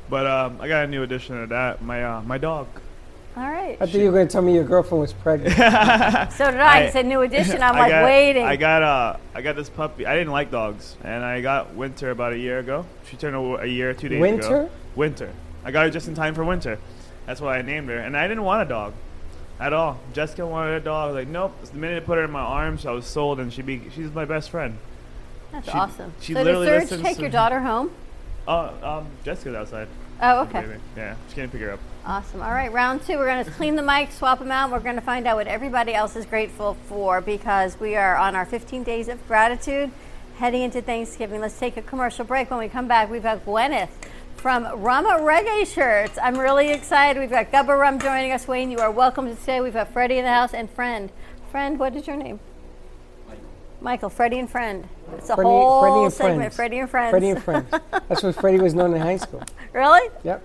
but um, I got a new addition to that. My uh, my dog. All right. I thought you were going to tell me your girlfriend was pregnant. So did I. I- It's a new edition. I'm I like got- waiting. I got uh, I got this puppy. I didn't like dogs, and I got Winter about a year ago. She turned a, a year, two days Winter? ago. Winter. Winter. I got her just in time for winter. That's why I named her. And I didn't want a dog, at all. Jessica wanted a dog. I was like, nope. The minute I put her in my arms, I was sold, and she be she's my best friend. That's She- awesome. she so literally did Serge listens take to- your daughter home? Oh, um, Jessica's outside. Oh, with the okay. baby. Yeah, she can't pick her up. Awesome. All right, round two. We're going to clean the mic, swap them out. We're going to find out what everybody else is grateful for because we are on our 15 days of gratitude heading into Thanksgiving. Let's take a commercial break. When we come back, we've got Gwyneth from Rama Reggae Shirts. I'm really excited. We've got Gubba Rum joining us. Wayne, you are welcome to stay. We've got Freddie in the house and Friend. Friend, what is your name? Michael, Freddie and Friend. It's a Freddie- whole Freddie and segment. Friends. Freddie and Friends. Freddie and friends. That's what Freddie was known in high school. really? Yep.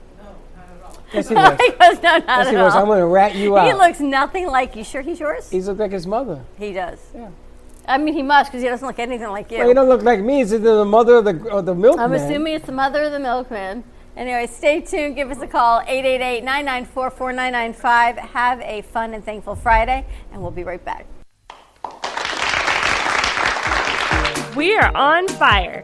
Yes, he was. he goes, no, not Yes, at he was. all. I'm going to rat you he out. looks nothing like you. Sure, he's yours. He's looked like his mother. he does. Yeah. I mean, he must because he doesn't look anything like you. Well, he don't look like me. He's either the mother of the, of the milkman. I'm assuming it's the mother of the milkman. Anyway, stay tuned. Give us a call, 888 994 4995. Have a fun and thankful Friday, and we'll be right back. We are on fire.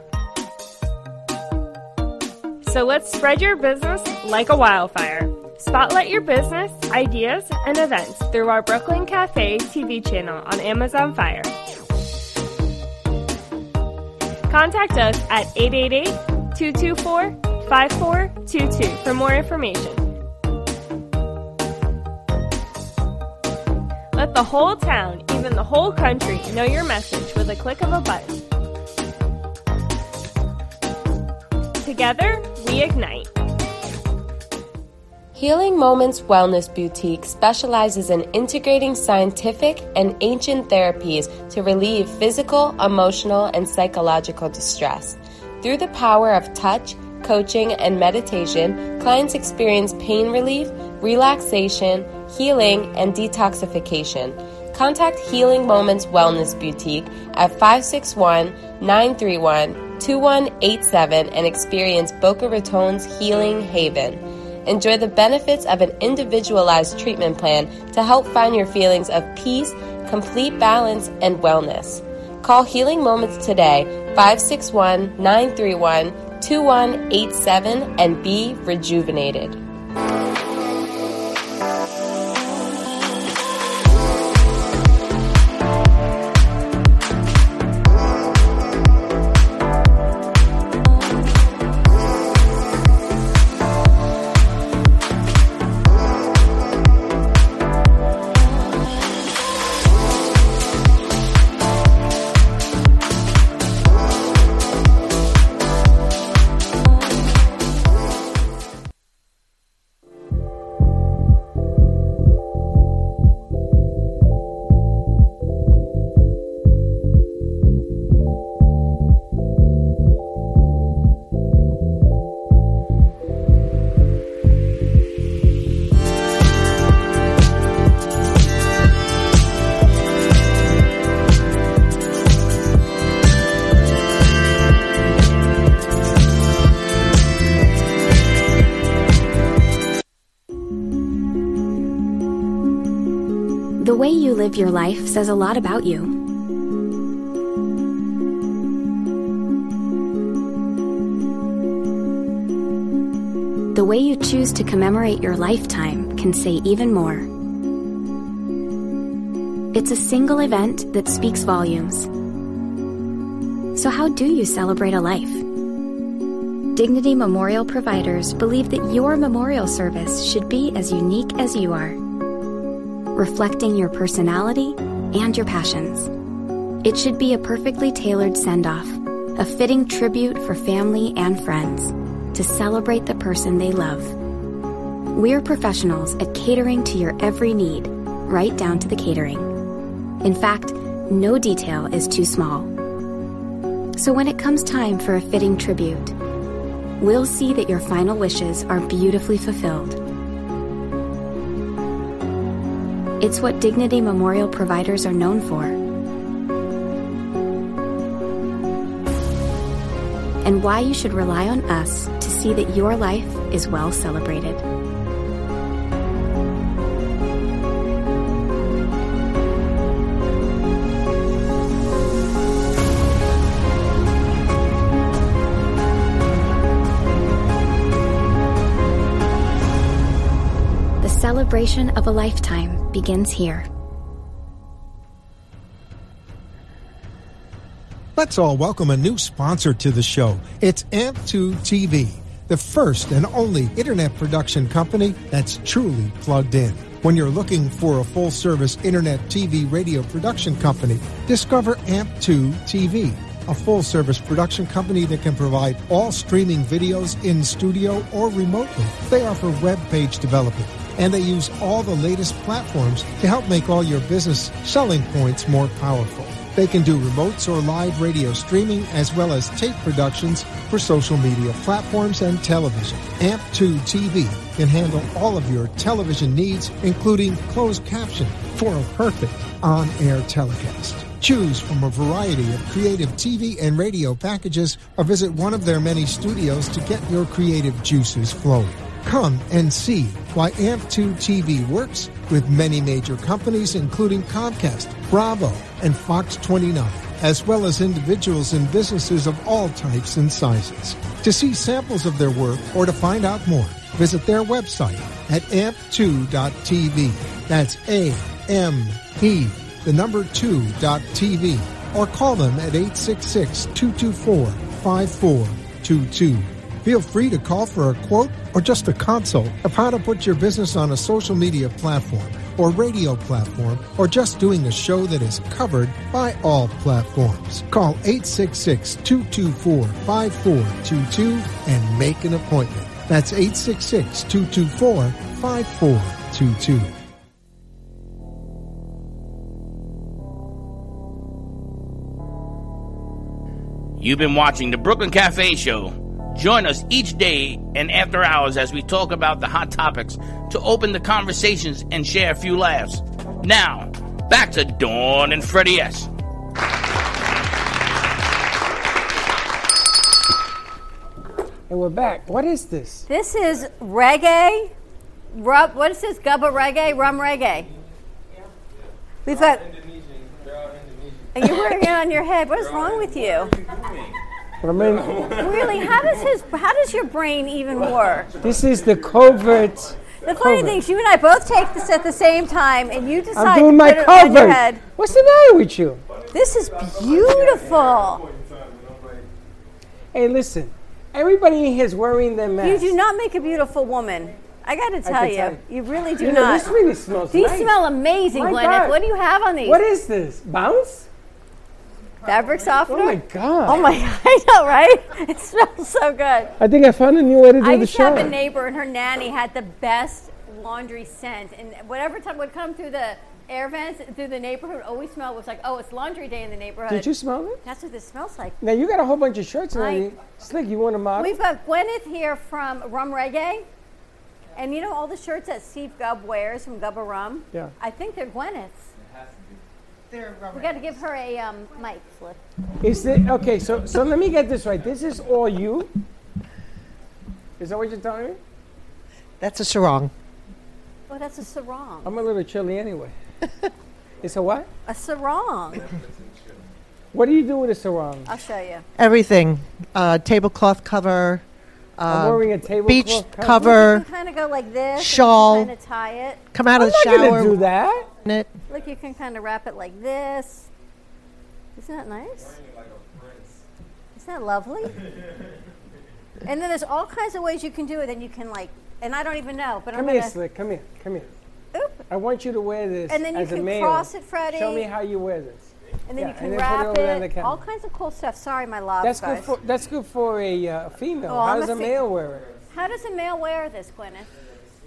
So let's spread your business like a wildfire. Spotlight your business, ideas, and events through our Brooklyn Cafe TV channel on Amazon Fire. Contact us at 888 224 5422 for more information. Let the whole town, even the whole country, know your message with a click of a button. Together, we ignite. Healing Moments Wellness Boutique specializes in integrating scientific and ancient therapies to relieve physical, emotional, and psychological distress. Through the power of touch, coaching, and meditation, clients experience pain relief, relaxation, healing, and detoxification. Contact Healing Moments Wellness Boutique at 561 931 2187 and experience Boca Raton's Healing Haven. Enjoy the benefits of an individualized treatment plan to help find your feelings of peace, complete balance, and wellness. Call Healing Moments today, 561 931 2187, and be rejuvenated. The way you live your life says a lot about you. The way you choose to commemorate your lifetime can say even more. It's a single event that speaks volumes. So, how do you celebrate a life? Dignity Memorial providers believe that your memorial service should be as unique as you are reflecting your personality and your passions. It should be a perfectly tailored send off, a fitting tribute for family and friends to celebrate the person they love. We're professionals at catering to your every need, right down to the catering. In fact, no detail is too small. So when it comes time for a fitting tribute, we'll see that your final wishes are beautifully fulfilled. It's what Dignity Memorial providers are known for. And why you should rely on us to see that your life is well celebrated. The celebration of a lifetime begins here. Let's all welcome a new sponsor to the show. It's AMP2 TV, the first and only internet production company that's truly plugged in. When you're looking for a full service internet TV radio production company, discover AMP2 TV, a full service production company that can provide all streaming videos in studio or remotely. They offer web page development and they use all the latest platforms to help make all your business selling points more powerful. They can do remotes or live radio streaming as well as tape productions for social media platforms and television. AMP2 TV can handle all of your television needs, including closed caption for a perfect on-air telecast. Choose from a variety of creative TV and radio packages or visit one of their many studios to get your creative juices flowing. Come and see why AMP2 TV works with many major companies, including Comcast, Bravo, and Fox 29, as well as individuals and businesses of all types and sizes. To see samples of their work or to find out more, visit their website at amp2.tv. That's A M E, the number 2.tv, or call them at 866 224 5422. Feel free to call for a quote or just a consult of how to put your business on a social media platform or radio platform or just doing a show that is covered by all platforms. Call 866 224 5422 and make an appointment. That's 866 224 5422. You've been watching the Brooklyn Cafe Show. Join us each day and after hours as we talk about the hot topics to open the conversations and share a few laughs. Now, back to Dawn and Freddie S. And we're back. What is this? This is reggae. Rub, what is this? Gubba reggae? Rum reggae? We've got. Are you wearing it on your head? What is wrong with you? I mean, Really, how does his how does your brain even work? this is the covert. The funny thing is, you and I both take this at the same time, and you decide I'm doing to my put it on your covert. head. What's the matter with you? This is beautiful. Hey, listen. Everybody in here is wearing their You mask. do not make a beautiful woman. I got to can tell you, tell you. you, really do You know, not. this really smells These nice. smell amazing, My Gwyneth. God. What do you have on these? What is this? Bounce? fabric softener? Oh my god. Oh my! I know, right? It smells so good. I think I found a new way to do I the used to show. have a neighbor, and her nanny had the best laundry scent, and whatever time would come through the air vents through the neighborhood, always smelled was like, oh, it's laundry day in the neighborhood. Did you smell it? That's what this smells like. Now you got a whole bunch of shirts on I- you. Slick, you want a model? We've got Gwyneth here from Rum Reggae, and you know all the shirts that Steve Gubb wears from Gubba Rum. Yeah. I think they're Gwyneth's. We got to give her a um, mic slip. Is it okay? So, so let me get this right. This is all you. Is that what you're telling me? That's a sarong. Oh, that's a sarong. I'm a little chilly anyway. it's a what? A sarong. What do you do with a sarong? I'll show you. Everything. Uh, tablecloth cover. Uh, I'm wearing a tablecloth beach You cover. can kind of go like this. Shawl. Kind of tie it. Come out of I'm the not gonna shower. do that. in It. Look, you can kind of wrap it like this. Isn't that nice? Isn't that lovely? and then there's all kinds of ways you can do it. And you can like, and I don't even know, but I'm Come gonna. here, Slick. Come here. Come here. I want you to wear this And then you as a can male. cross it, Freddie. Show me how you wear this. And then Yeah, you can and then put it wrap over there on it. the counter. all kinds of cool stuff. Sorry, my love, That's guys. good for that's good for a uh, female. Oh, how I'm does a a fe- male wear it? How does a male wear this, Gwyneth?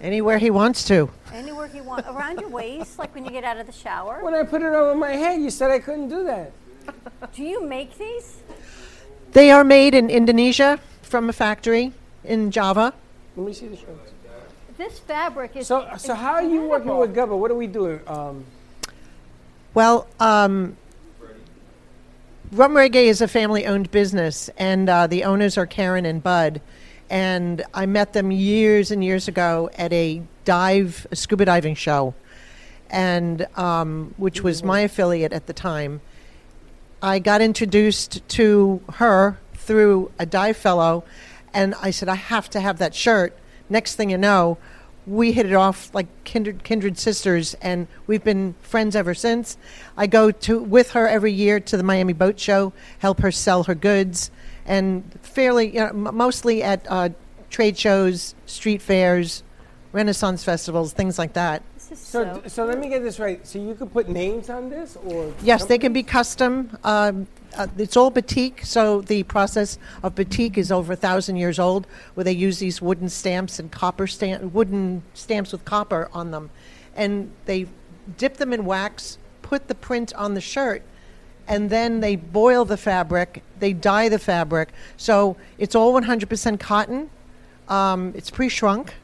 Anywhere he wants to. Anywhere he wants, around your waist, like when you get out of the shower. When I put it over my head, you said I couldn't do that. Do you make these? They are made in Indonesia from a factory in Java. Let me see the shirts. This fabric is. So, so how are you working with Gubba? What are we doing? Um, Well, um, Rum Reggae is a family owned business, and uh, the owners are Karen and Bud. And I met them years and years ago at a dive, a scuba diving show, and um, which was my affiliate at the time. I got introduced to her through a dive fellow, and I said, I have to have that shirt. Next thing you know, we hit it off like kindred, kindred sisters, and we've been friends ever since. I go to with her every year to the Miami Boat Show, help her sell her goods, and fairly, you know, m- mostly at uh, trade shows, street fairs, Renaissance festivals, things like that. so, so, let me get this right. So you could put names on this, or Yes, they can be custom. Um, uh, it's all batik, so the process of batik is over a thousand years old, where they use these wooden stamps and copper stamp, wooden stamps with copper on them, and they dip them in wax, put the print on the shirt, and then they boil the fabric, they dye the fabric. So it's all 100% cotton, um, it's pre shrunk,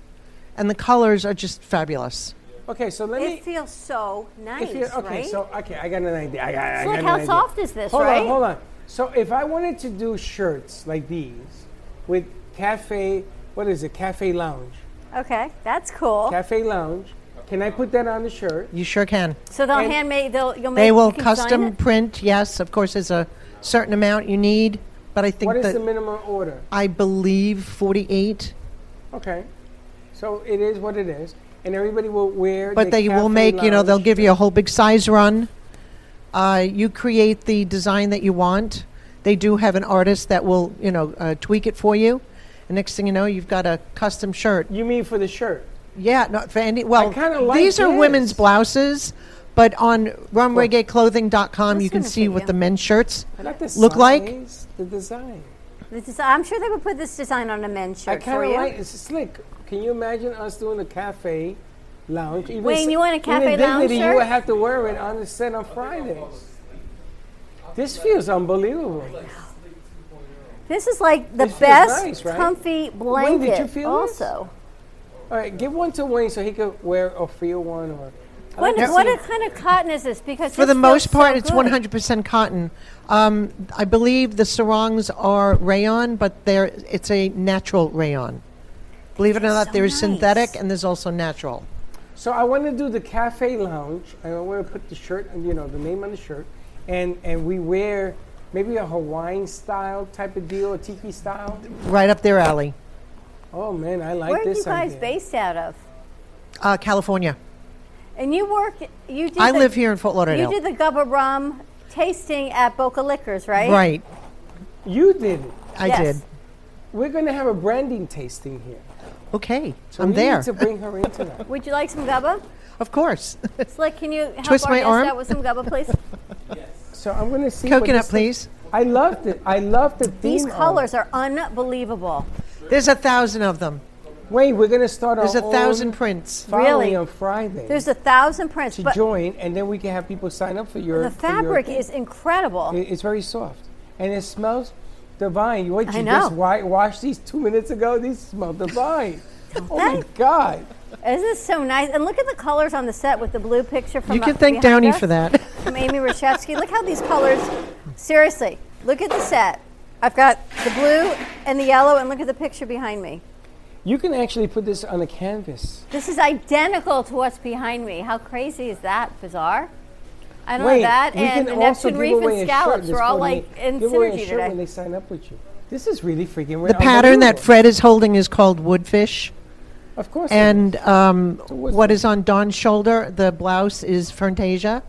and the colors are just fabulous. Okay, so let it me. feels so nice, If you- okay, right? so okay, I got an idea. I got, I So, like, got an how idea. soft is this, Hold right? on, hold on. So if I wanted to do shirts like these with cafe, what is it? Cafe lounge. okay, that's cool. Cafe lounge. Can I put that on the shirt? You sure can. So they'll And- handmade. They'll you'll make. They will you can sign custom it? print, yes. Of course, there's a certain amount you need, but I think What is that the minimum order? I believe 48, Okay, so it is what it is, and everybody will wear. but the they cafe will make, you know, they'll lounge give you a whole big size run. Uh, you create the design that you want. They do have an artist that will, you know, uh, tweak it for you. And next thing you know, you've got a custom shirt. You mean for the shirt? Yeah, not for any. Well, kinda like these are this. women's blouses, but on rumreggaeclothing.com you can see what the men's shirts Not the look like. size, the design. This is- I'm sure they would put this design on a men's I shirt kind for of you. like it's slick. Can you imagine us doing a cafe lounge? Even Wayne, s- you want a even cafe lounge Dignity, You shirt? would have to wear it on the set on Fridays. This feels unbelievable. This is like the This feels best nice, right? comfy Wayne, blanket. did you feel this? also, All right, give one to Wayne so he could wear or feel one. Or I'd what, like to what see- kind of cotton is this? Because For this the most feels so part, it's good. 100% cotton. Um, I believe the sarongs are rayon, but they're, it's a natural rayon. Believe it or not, there's synthetic and there's also natural. So I want to do the cafe lounge, and I want to put the shirt, you know, the name on the shirt, and and we wear maybe a Hawaiian style type of deal, a tiki style. Right up their alley. Oh man, I like Where are this you guys idea. based out of? Uh, California. And you work. You did I the- live here in Fort Lauderdale. You did the Gubba Rum tasting at Boca Liquors, right? Right. You did it. I Yes. did. We're gonna have a branding tasting here. Okay. So I'm we there. Need to bring her in tonight. Would you like some Gubba? Of course. Slick, can you help Twist our my guest arm? out with some Gubba, please? So I'm gonna see. what Coconut, this thing- please. I loved it. I loved the These theme colors are unbelievable. There's a thousand of them. On. Wait, we're gonna start There's our a thousand own prints. following Really? on Friday There's a thousand prints, to but join, and then we can have people sign up for your. the for your fabric thing. is incredible. It- It's very soft, and it smells divine. What I you know. just wa- washed these two minutes ago? These smell divine. oh my Thank- God! This is so nice. And look at the colors on the set with the blue picture from You uh, can thank behind Downey us, for that. From Amy Rachevsky. Look how these colors, seriously, look at the set. I've got the blue and the yellow, and look at the picture behind me. You can actually put this on a canvas. This is identical to what's behind me. How crazy is that? Bizarre. I don't Wait, know that. we And can the also Neptune give Reef away a and shirt Scallops this are all morning. like in give away a synergy shirt when today. they sign up with you. This is really freaking The pattern that unbelievable. Fred is holding is called woodfish. of course it And um, what's what is on Don's shoulder, the blouse is Fantasia.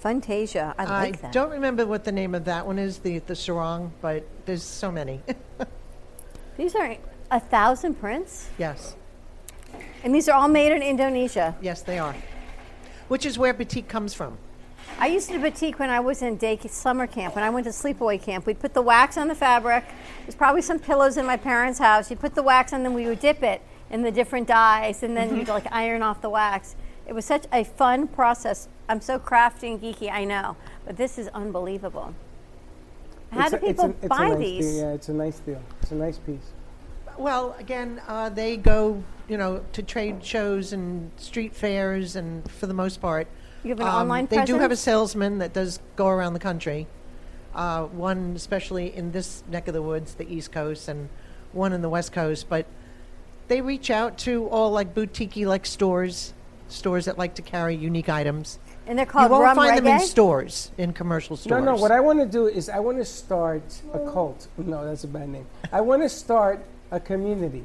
Fantasia. I I like that. don't remember what the name of that one is, the, the sarong, but there's so many. These are a thousand prints, yes, and these are all made in Indonesia. yes, they are. Which is where batik comes from. I used to boutique when I was in day summer camp. When I went to sleepaway camp, we'd put the wax on the fabric. There's probably some pillows in my parents' house. You'd put the wax on, then we would dip it in the different dyes, and Mm-hmm. then you'd like iron off the wax. It was such a fun process. I'm so crafty and geeky, I know, but this is unbelievable. How It's do a- it's people a- it's a buy nice these? Deal. Yeah, it's a nice deal. It's a nice piece. Well, again, uh, they go, you know, to trade shows and street fairs, and for the most part, Um, You have an online They do have a presence? salesman that does go around the country. Uh, one, especially in this neck of the woods, the East Coast, and one in the West Coast. But they reach out to all like boutique like stores, stores that like to carry unique items. And they're called you won't rum find them in reggae? stores, in commercial stores. No, no. What I want to do is I want to start a cult. No, that's a bad name. I want to start a community,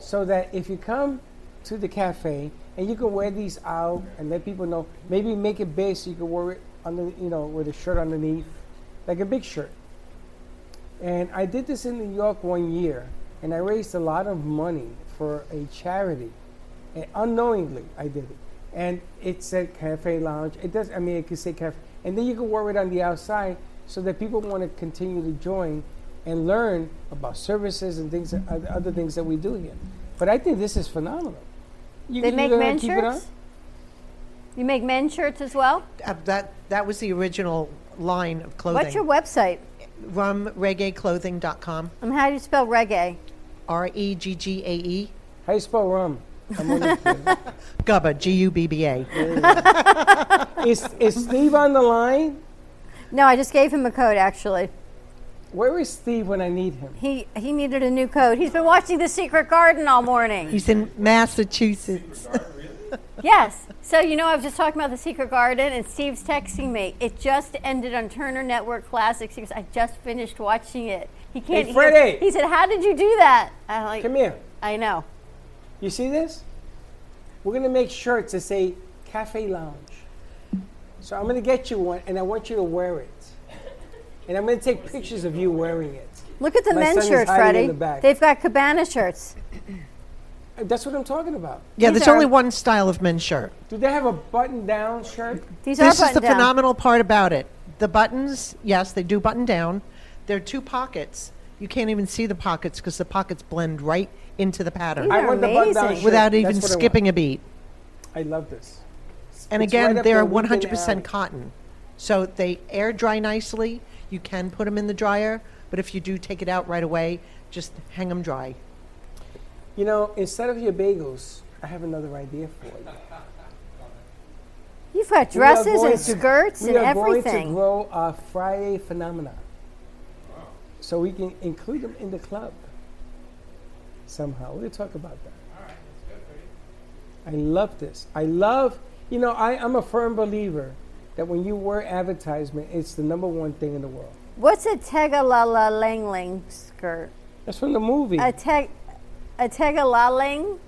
so that if you come to the cafe and you can wear these out and let people know, maybe make it big so you can wear it under, you know, with a shirt underneath, like a big shirt. And I did this in New York one year, and I raised a lot of money for a charity. And unknowingly, I did it. And it said cafe lounge. It does. I mean, it could say cafe, and then you can wear it on the outside so that people want to continue to join and learn about services and things, that- oth- other things that we do here. But I think this is phenomenal. You, they you make gonna men's keep it on? shirts. You make men's shirts as well. Uh, that that was the original line of clothing. What's your website? Rumreggaeclothing.com. And how do you spell reggae? R E G G A E. How do you spell rum? Gubba, G U B B A. is, is Steve on the line? No, I just gave him a code actually. Where is Steve when I need him? He he needed a new code. He's been watching The Secret Garden all morning. He's in Massachusetts. yes. So you know, I was just talking about the Secret Garden, and Steve's texting me. It just ended on Turner Network Classics. He goes, "I just finished watching it." He can't. he Hey, goes- Freddie! He, said, "How did you do that?" I like. Come here. I know. You see this? We're going to make shirts that say Cafe Lounge. So I'm going to get you one, and I want you to wear it. And I'm going to take pictures of you wearing it. Look at the My son men's is shirts, hiding in Freddie. the back. They've got Cabana shirts. That's what I'm talking about. Yeah, These there's are- only one style of men's shirt. Do they have a button-down shirt? this is the phenomenal part about it. The buttons, yes, they do button down. They're two pockets. You can't even see the pockets because the pockets blend right into the pattern. These I are want the button-down amazing. shirt. without That's even what I want. skipping a beat. I love this. And It's again, right up they're there, we've been 100% out. cotton, so they air dry nicely. You can put them in the dryer, but if you do take it out right away, just hang them dry. You know, instead of your bagels, I have another idea for you. You've got We are dresses going and to- skirts and We are going to everything. grow our Friday phenomena, so we can include them in the club somehow. We'll talk about that. I love this. I love, you know, I, I'm a firm believer that when you wear advertisement, it's the number one thing in the world. What's a Tegalalang skirt? That's from the movie. A teg a Tegalalang.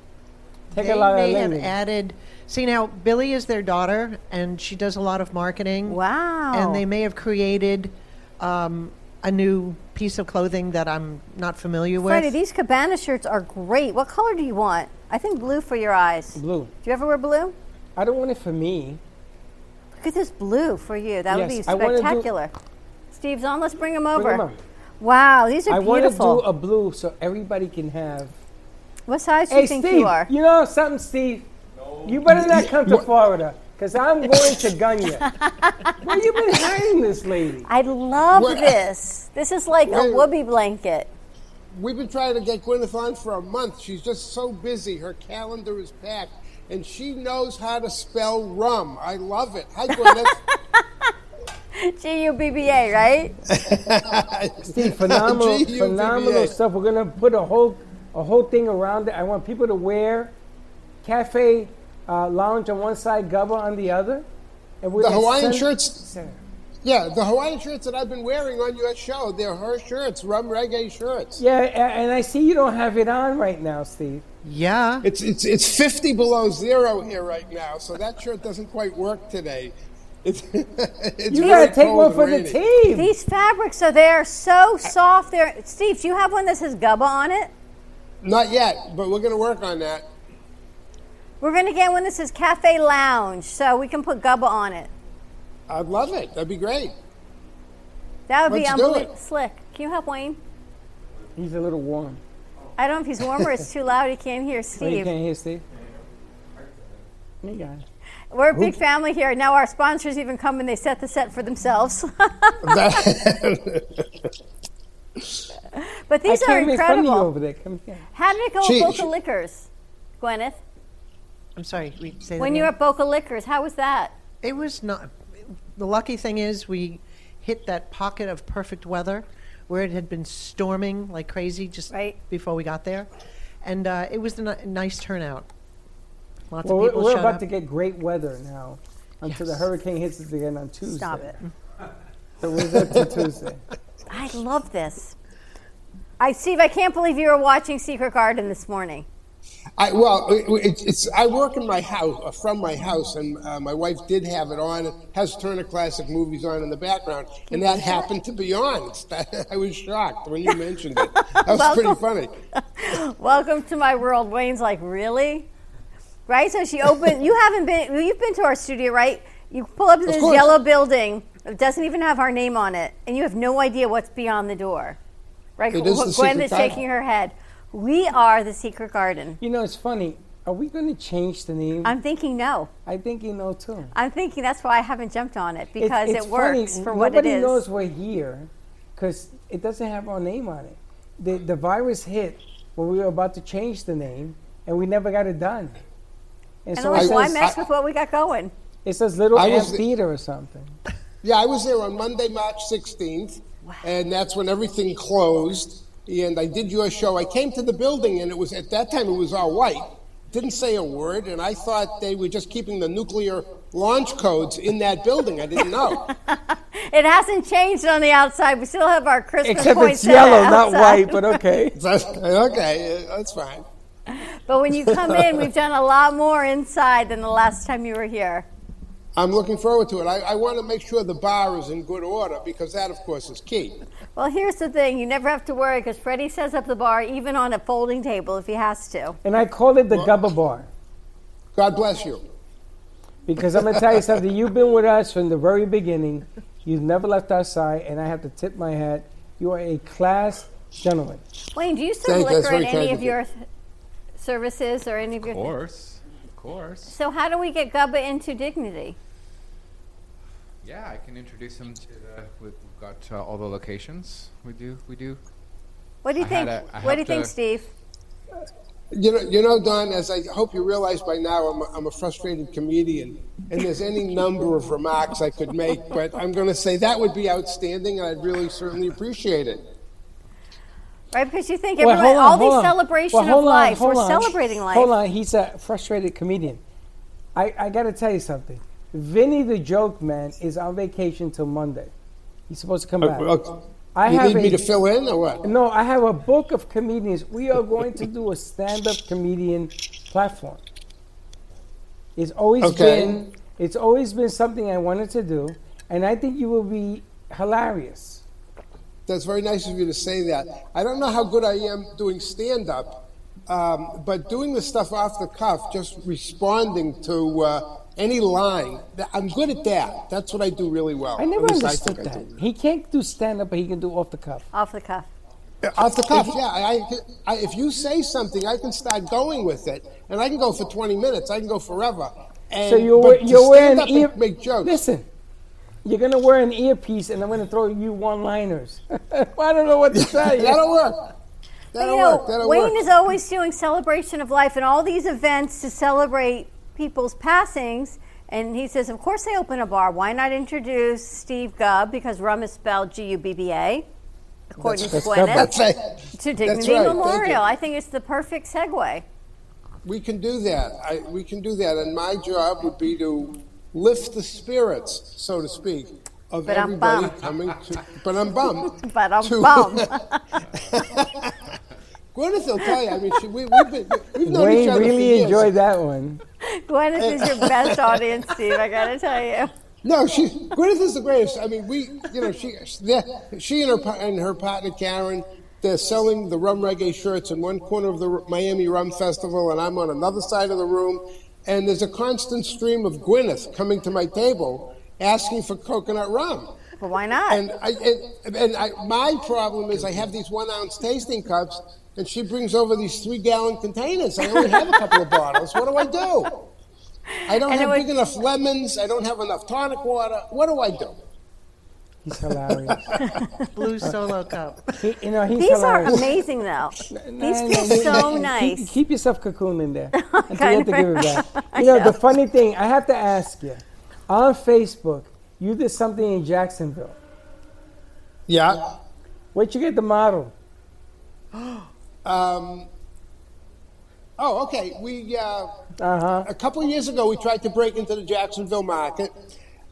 they may have added. See now, Billy is their daughter, and she does a lot of marketing. Wow! And they may have created um, a new piece of clothing that I'm not familiar with. Freddie, these cabana shirts are great. What color do you want? I think blue for your eyes. Blue. Do you ever wear blue? I don't want it for me. Look at this blue for you. That would Yes, be I wanna do- spectacular. Steve's on. Let's bring him over. Bring 'em up. Wow, these are I want to beautiful. do a blue so everybody can have. what size do hey, you think Steve, you are? you know something, Steve? You better not come to Florida because I'm going to gun you. Where you been hiding this lady? I love What- this. This is like a Wait. whoopee blanket. We've been trying to get Gwyneth on for a month. She's just so busy. Her calendar is packed, and she knows how to spell rum. I love it. Hi, Gwyneth. G U B B A, right? Steve, phenomenal, G-U-B-B-A. phenomenal stuff. We're gonna put a whole a whole thing around it. I want people to wear cafe uh, lounge on one side, gubba on the other, and we're The gonna Hawaiian send- shirts- yeah, the Hawaiian shirts that I've been wearing on your show, they're her shirts, rum reggae shirts. Yeah, a- and I see you don't have it on right now, Steve. Yeah. It's, it's, it's 50 below zero here right now, so that shirt doesn't quite work today. It's, it's You very gotta take cold one and for the rainy. team. These fabrics are they are so soft. They're Steve. Do you have one that says Gubba on it? Not yet, but we're going to work on that. We're gonna get one that says Cafe Lounge, so we can put Gubba on it. I'd love it. That'd be great. That would Let's be do unbelievable. Slick. Can you help Wayne? He's a little warm. I don't know if he's warm or it's too loud. He can't hear Oh, you Steve. can't hear Steve. Me guy. We're a big family here. Now our sponsors even come and they set the set for themselves. but these I are can't make fun of you incredible. over there. Come here. How did it go She- at Boca she- Liquors, Gwyneth? I'm sorry. We say that When you were again? at Boca Liquors, how was that? It was not. The lucky thing is we hit that pocket of perfect weather where it had been storming like crazy just before we got there, and uh, it was a ni- nice turnout. Lots Well, of we're, people we're showed about up. to get great weather now until the Yes. hurricane hits us again on Tuesday. Stop it. So we're up to Tuesday. I love this. I Steve, I can't believe you were watching Secret Garden this morning. I, well, it, it's- it's, I work in my house, uh, from my house, and uh, my wife did have it on. It has Turner Classic Movies on in the background, and that happened to be on. I was shocked when you mentioned it. That was pretty funny. Welcome to my world. Wayne's like, really? Right? So she opened. You haven't been. well, You've been to our studio, right? You pull up to Of this course. yellow building. It doesn't even have our name on it, and you have no idea what's beyond the door. Right? It is the Gwen secret is garden. shaking her head. We are the secret garden. You know, it's funny. Are we going to change the name? I'm thinking no. I'm thinking no too. I'm thinking that's why I haven't jumped on it It's- because it's it works funny, for what it is. Nobody knows we're here because it doesn't have our name on it. The, the virus hit when we were about to change the name, and we never got it done. and so I'm it like, why says- mess with what we got going? It says Little I Amp was the- Theater or something. Yeah, I was there on Monday, March 16th, and that's when everything closed. And I did your show. I came to the building, and it was at that time it was all white. Didn't say a word, and I thought they were just keeping the nuclear launch codes in that building. I didn't know. It hasn't changed on the outside. We still have our Christmas Except it's poinsettia yellow, not outside. white, but okay. okay, uh, that's fine. But when you come in, we've done a lot more inside than the last time you were here. I'm looking forward to it. I, I want to make sure the bar is in good order because that, of course, is key. Well, here's the thing: you never have to worry because Freddie sets up the bar even on a folding table if he has to. And I call it the Gubba Bar. God bless you. Because I'm gonna tell you something. You've been with us from the very beginning. You've never left our side, and I have to tip my hat. You are a class gentleman. Wayne, do you serve Thank you, that's liquor in very any kind of of you. your th- services or any of your? Of course. Of course. So how do we get Gubba into dignity? Yeah, I can introduce him to the. We've we've got uh, all the locations. We do. We do. What do you I had think? a- I what do you helped uh, think, a- Steve? You know, you know, Don, as I hope you realize by now, I'm a, I'm a frustrated comedian, and there's any number of remarks I could make, but I'm going to say that would be outstanding, and I'd really certainly appreciate it. Right, because you think Well, everyone, hold on, all hold these on. celebration Well, of hold on, life, hold we're on. celebrating life. Hold on, he's a frustrated comedian. I, I gotta tell you something. Vinny the Joke Man is on vacation till Monday. He's supposed to come Uh, back. uh, you need me to fill in or what? No, I have a book of comedians. We are going to do a stand-up comedian platform. It's always Okay. been it's always been something I wanted to do, and I think you will be hilarious. That's very nice of you to say that. I don't know how good I am doing stand up, um, but doing the stuff off the cuff, just responding to uh, any line, th- I'm good at that. That's what I do really well. I never At least understood think Oh, I that. He can't do stand-up, but he can do off the cuff. Off the cuff. do. Off the cuff, yeah. I, I, I, if you say something, I can start going with it, and I can go for 20 minutes. I can go forever. And, so you're, but wear- to you're wearing stand up and ear. make jokes. Listen, you're gonna wear an earpiece, and I'm gonna throw you one-liners. I don't know what to tell you. That'll work. But, That'll you know, work. That'll Wayne work. is always doing celebration of life and all these events to celebrate people's passings. And he says, of course they open a bar. Why not introduce Steve Gubb because rum is spelled G-U-B-B-A, according That's- to that's Gwyneth, Gubb. That's right. to That's Dignity right. Thank Memorial. you. I think it's the perfect segue. We can do that. I, we can do that. And my job would be to lift the spirits, so to speak, of But I'm everybody bummed. coming to. But I'm bummed. But I'm To- bummed. Gwyneth will tell you. I mean, she, we, we've, been, we've known each Wayne other for really years. enjoyed that one. Gwyneth is your best audience, Steve, I gotta tell you. No, she Gwyneth is the greatest. I mean, we, you know, she, they she and her par- and her partner Karen, they're selling the rum reggae shirts in one corner of the R- Miami Rum Festival, and I'm on another side of the room, and there's a constant stream of Gwyneth coming to my table asking for coconut rum. Well, why not? And I, and, and I, my problem is I have these one ounce tasting cups, and she brings over these three gallon containers. I only have a couple of bottles. What do I do? I don't And it have was- big enough lemons. I don't have enough tonic water. What do I do? He's hilarious. Blue solo cup. He- you know, he's These are hilarious. amazing, though. These No, feel no, no, so keep- Keep, nice. Oh, yourself cocooned in there until you have Kind to of. give it back. You know, the funny thing, I have to ask you. On Facebook, you did something in Jacksonville. Yeah. Where'd you get the model? Um, oh, okay. We uh, Uh-huh. a couple of years ago we tried to break into the Jacksonville market,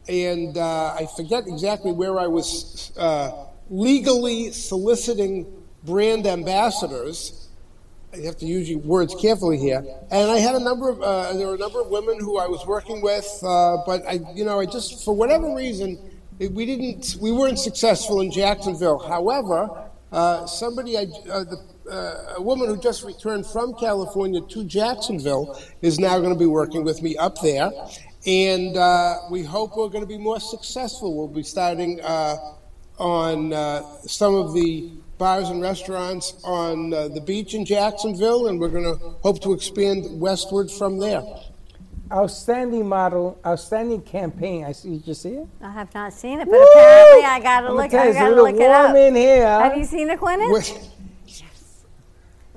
and uh, I forget exactly where I was uh, legally soliciting brand ambassadors. I have to use your words carefully here. And I had a number of uh, there were a number of women who I was working with, uh, but I you know I just for whatever reason it, we didn't we weren't successful in Jacksonville. However, uh, somebody I, uh, the, uh, a woman who just returned from California to Jacksonville is now going to be working with me up there, and uh, we hope we're going to be more successful. We'll be starting. Uh, on uh, some of the bars and restaurants on uh, the beach in Jacksonville, and we're going to hope to expand westward from there. Outstanding model, outstanding campaign. I see. Did you see it? I have not seen it, but apparently I gotta I'ma look. tell you, I it's a gotta little look it up. warm in here. Have you seen it, Gwyneth? Wait.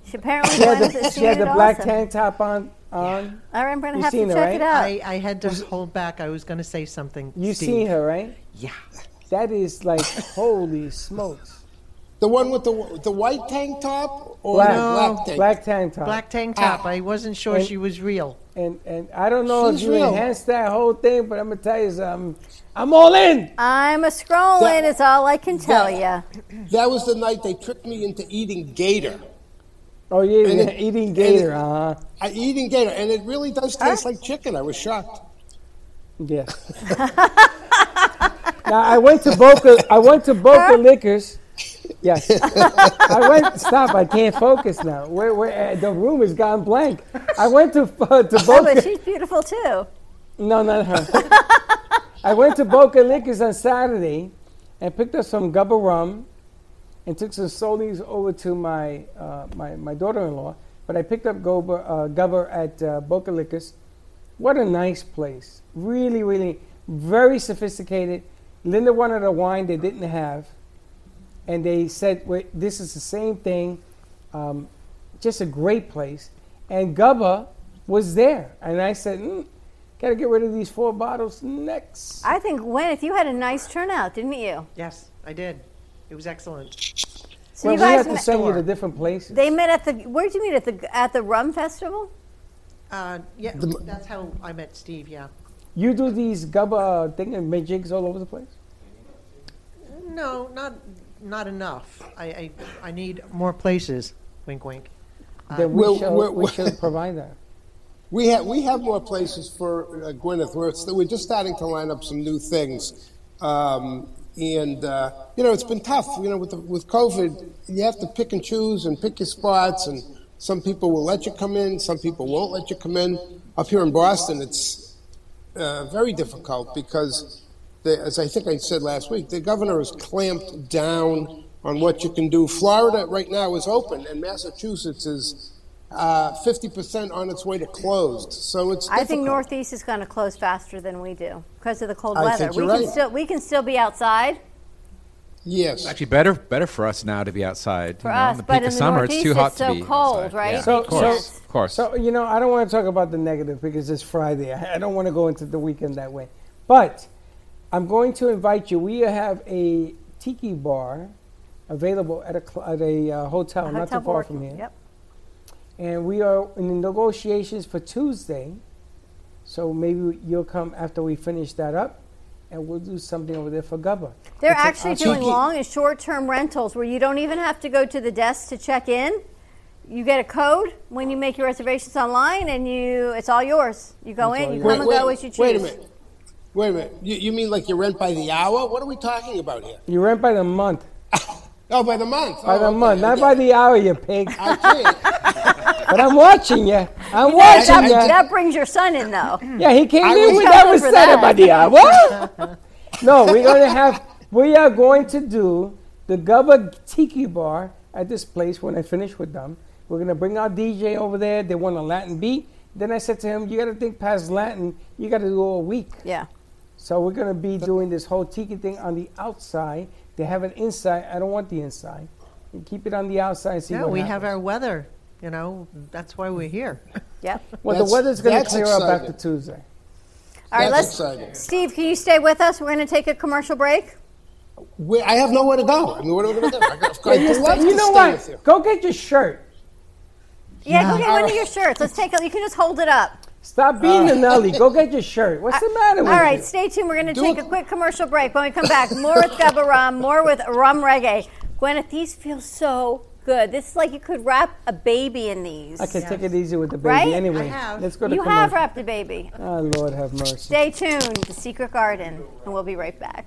She apparently She had Gwyneth the, has she seen had the it black also. tank top on. uh, on. All right, I'm gonna You have to seen it, check right? it out. I, I had to hold back. I was going to say something. You Steve. seen her, right? Yeah. That is like holy smokes. The one with the the white tank top or Black. the black tank? Ah. Black tank top. Black tank top. I wasn't sure And- she was real. And and I don't know She's if you real. enhanced that whole thing, but I'm gonna tell you something. I'm all in. I'm a scrolling. Is all I can tell you. That was the night they tricked me into eating gator. Oh yeah, And yeah, it- eating and gator. it- Uh huh. I eating gator, and it really does taste like chicken. I was shocked. Yeah. now I went to Boca. I went to Boca Liquors. Yes. I went. Stop. I can't focus now. Where? Where? uh, The room has gone blank. I went to uh, to Oh, but Boca. she's beautiful too. No, not her. I went to Boca Liquors on Saturday, and picked up some Gubba rum, and took some solis over to my uh, my my daughter-in-law. But I picked up Goba, uh, Gubba at uh, Boca Liquors. What a nice place! Really, really very sophisticated. Linda wanted a wine they didn't have, and they said, Wait, "This is the same thing." Um, just a great place. And Gubba was there, and I said, mm, "Gotta get rid of these four bottles next." I think Gwyneth, you had a nice turnout, didn't you? Yes, I did. It was excellent. So well, you we guys have to met- send you to different places. They met at the. Where'd you meet at the at the rum festival? Uh, yeah, The- that's how I met Steve. Yeah. You do these gubba uh, thing and majigs all over the place. No, not not enough. I I, I need more places. Wink, wink. Uh, Then we Well, shall well, we well- shall provide that. We have we have more places for uh, Gwyneth. We're, it's- we're just starting to line up some new things, um, and uh, you know it's been tough. You know with the, with COVID, you have to pick and choose and pick your spots. And some people will let you come in, some people won't let you come in. Up here in Boston, it's uh, very difficult because, the, as I think I said last week, the governor has clamped down on what you can do. Florida right now is open, and Massachusetts is uh, fifty percent on its way to closed. So it's. I think difficult. Northeast is going to close faster than we do because of the cold I weather. think we you're can right. still we can still be outside. Yes. Actually, better better for us now to be outside. For you know, in us, the but peak in of the summer, it's Northeast, too it's hot so to be. cold, outside. right? Yeah, So- of course, so- of course. So you know, I don't want to talk about the negative because it's Friday. I I don't want to go into the weekend that way. But I'm going to invite you. We have a tiki bar available at a cl- at a uh, hotel, A not hotel too far board- from here. Yep. And we are in the negotiations for Tuesday. So maybe you'll come after we finish that up, and we'll do something over there for Gubba. They're It's an actually option. doing long and short term rentals where you don't even have to go to the desk to check in. You get a code when you make your reservations online, and you it's all yours. You go in, you come and go as you choose. Wait a minute. Wait a minute. You, you mean like you rent by the hour? What are we talking about here? You rent by the month. Oh, by the month. By oh, the okay, month, not okay. by the hour, you pig. I can't. But I'm watching you. I'm That, watching that- you. that brings your son in, though. Yeah, he came I in was with coming that was for said that. by the hour. What? no, we're gonna have. We are going to do the Gubba Tiki Bar at this place when I finish with them. We're gonna bring our DJ over there. They want a Latin beat. Then I said to him, "You gotta think past Latin. You gotta do all week." Yeah. So we're gonna be doing this whole tiki thing on the outside. They have an inside. I don't want the inside. You keep it on the outside. and See no, what we happens. have our weather. You know, that's why we're here. Yep. Well, the weather's going to clear up after Tuesday. All right, That's let's. exciting. Steve, can you stay with us? We're going to take a commercial break. We, I have nowhere to go. I mean, what are we going to do? I got- I'd you love to you know stay what? with you. Go get your shirt. Yeah, go Yeah. get one of your Oh. shirts. Let's take a. You can just hold it up. Stop being a Nelly. Go get your shirt. What's the matter All with right, you? stay tuned. We're going to take a quick commercial break. When we come back, more with Gubba Rum, more with Rum Reggae. Gwyneth, these feel so good. This is like you could wrap a baby in these. I can take it easy with the baby. Right? Anyway, let's go to You commercial. have wrapped a baby. Oh, Lord have mercy. Stay tuned. The Secret Garden, and we'll be right back.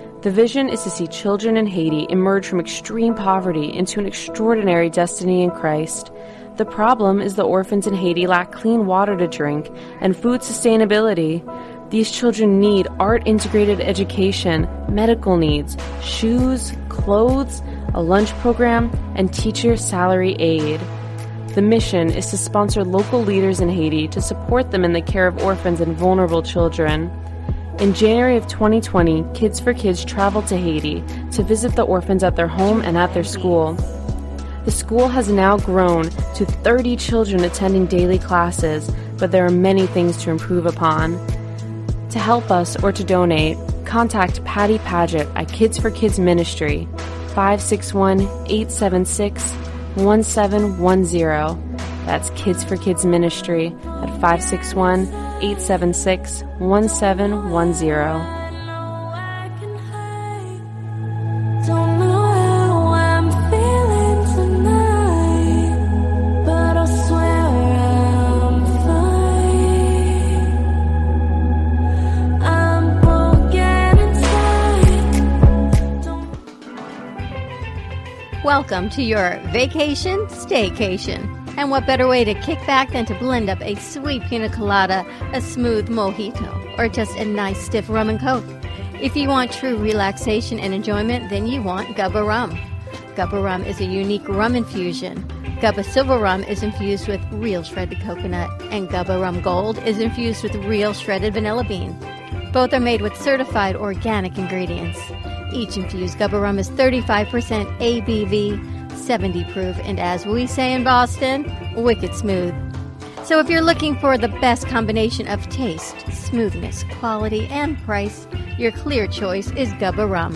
The vision is to see children in Haiti emerge from extreme poverty into an extraordinary destiny in Christ. The problem is the orphans in Haiti lack clean water to drink and food sustainability. These children need art integrated education, medical needs, shoes, clothes, a lunch program, and teacher salary aid. The mission is to sponsor local leaders in Haiti to support them in the care of orphans and vulnerable children. In January of 2020, Kids for Kids traveled to Haiti to visit the orphans at their home and at their school. The school has now grown to 30 children attending daily classes, but there are many things to improve upon. To help us or to donate, contact Patty Paget at Kids for Kids Ministry, 561 876 1710. That's Kids for Kids Ministry at 561 876 1710. Don't know how I'm feeling tonight, but I swear I'm fine. I'm broken inside. Welcome to your vacation staycation. And what better way to kick back than to blend up a sweet pina colada, a smooth mojito, or just a nice stiff rum and coke? If you want true relaxation and enjoyment, then you want Gubba Rum. Gubba Rum is a unique rum infusion. Gubba Silver Rum is infused with real shredded coconut, and Gubba Rum Gold is infused with real shredded vanilla bean. Both are made with certified organic ingredients. Each infused Gubba Rum is 35% ABV, 70 proof, and as we say in Boston, wicked smooth. So if you're looking for the best combination of taste, smoothness, quality, and price, your clear choice is Gubba Rum.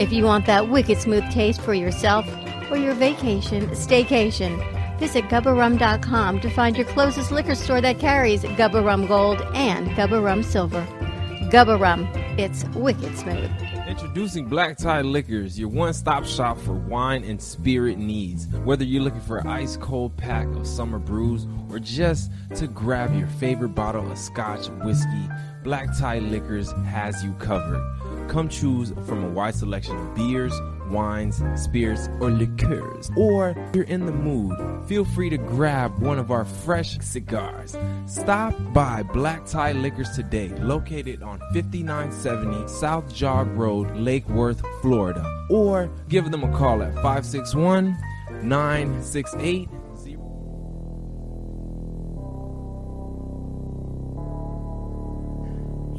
If you want that wicked smooth taste for yourself or your vacation, staycation, visit gubbarum.com to find your closest liquor store that carries Gubba Rum Gold and Gubba Rum Silver. Gubba Rum, it's wicked smooth. Introducing Black Tie Liquors, your one stop shop for wine and spirit needs. Whether you're looking for an ice cold pack of summer brews or just to grab your favorite bottle of scotch whiskey, Black Tie Liquors has you covered. Come choose from a wide selection of beers, wines, spirits, or liqueurs. Or if you're in the mood, feel free to grab one of our fresh cigars. Stop by Black Tie Liquors today, located on 5970 South Jog Road, Lake Worth, Florida. Or give them a call at 561 968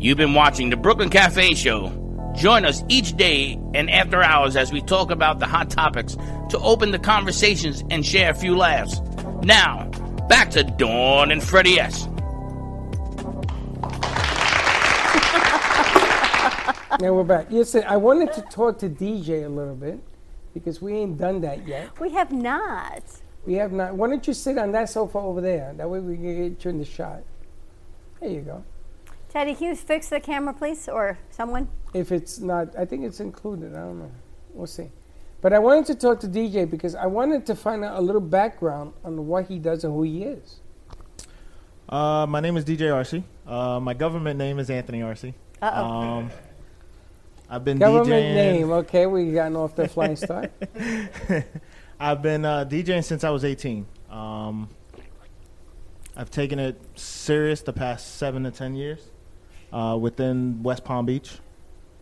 You've been watching the Brooklyn Cafe Show. Join us each day and after hours as we talk about the hot topics to open the conversations and share a few laughs. Now, back to Dawn and Freddie S. Now we're back. Listen, I wanted to talk to DJ a little bit because we ain't done that yet. We have not. We have not. Why don't you sit on that sofa over there? That way we can get you in the shot. There you go. Teddy, can you fix the camera, please, or someone? If it's not, I think it's included. I don't know. We'll see. But I wanted to talk to DJ because I wanted to find out a little background on what he does and who he is. Uh, my name is DJ Arcee. Uh, my government name is Anthony Arcee. Uh-oh. Um, I've been Government DJing. name. Okay, we gotten off the flying start. I've been uh, DJing since I was 18. Um, I've taken it serious the past seven to 10 years uh, within West Palm Beach.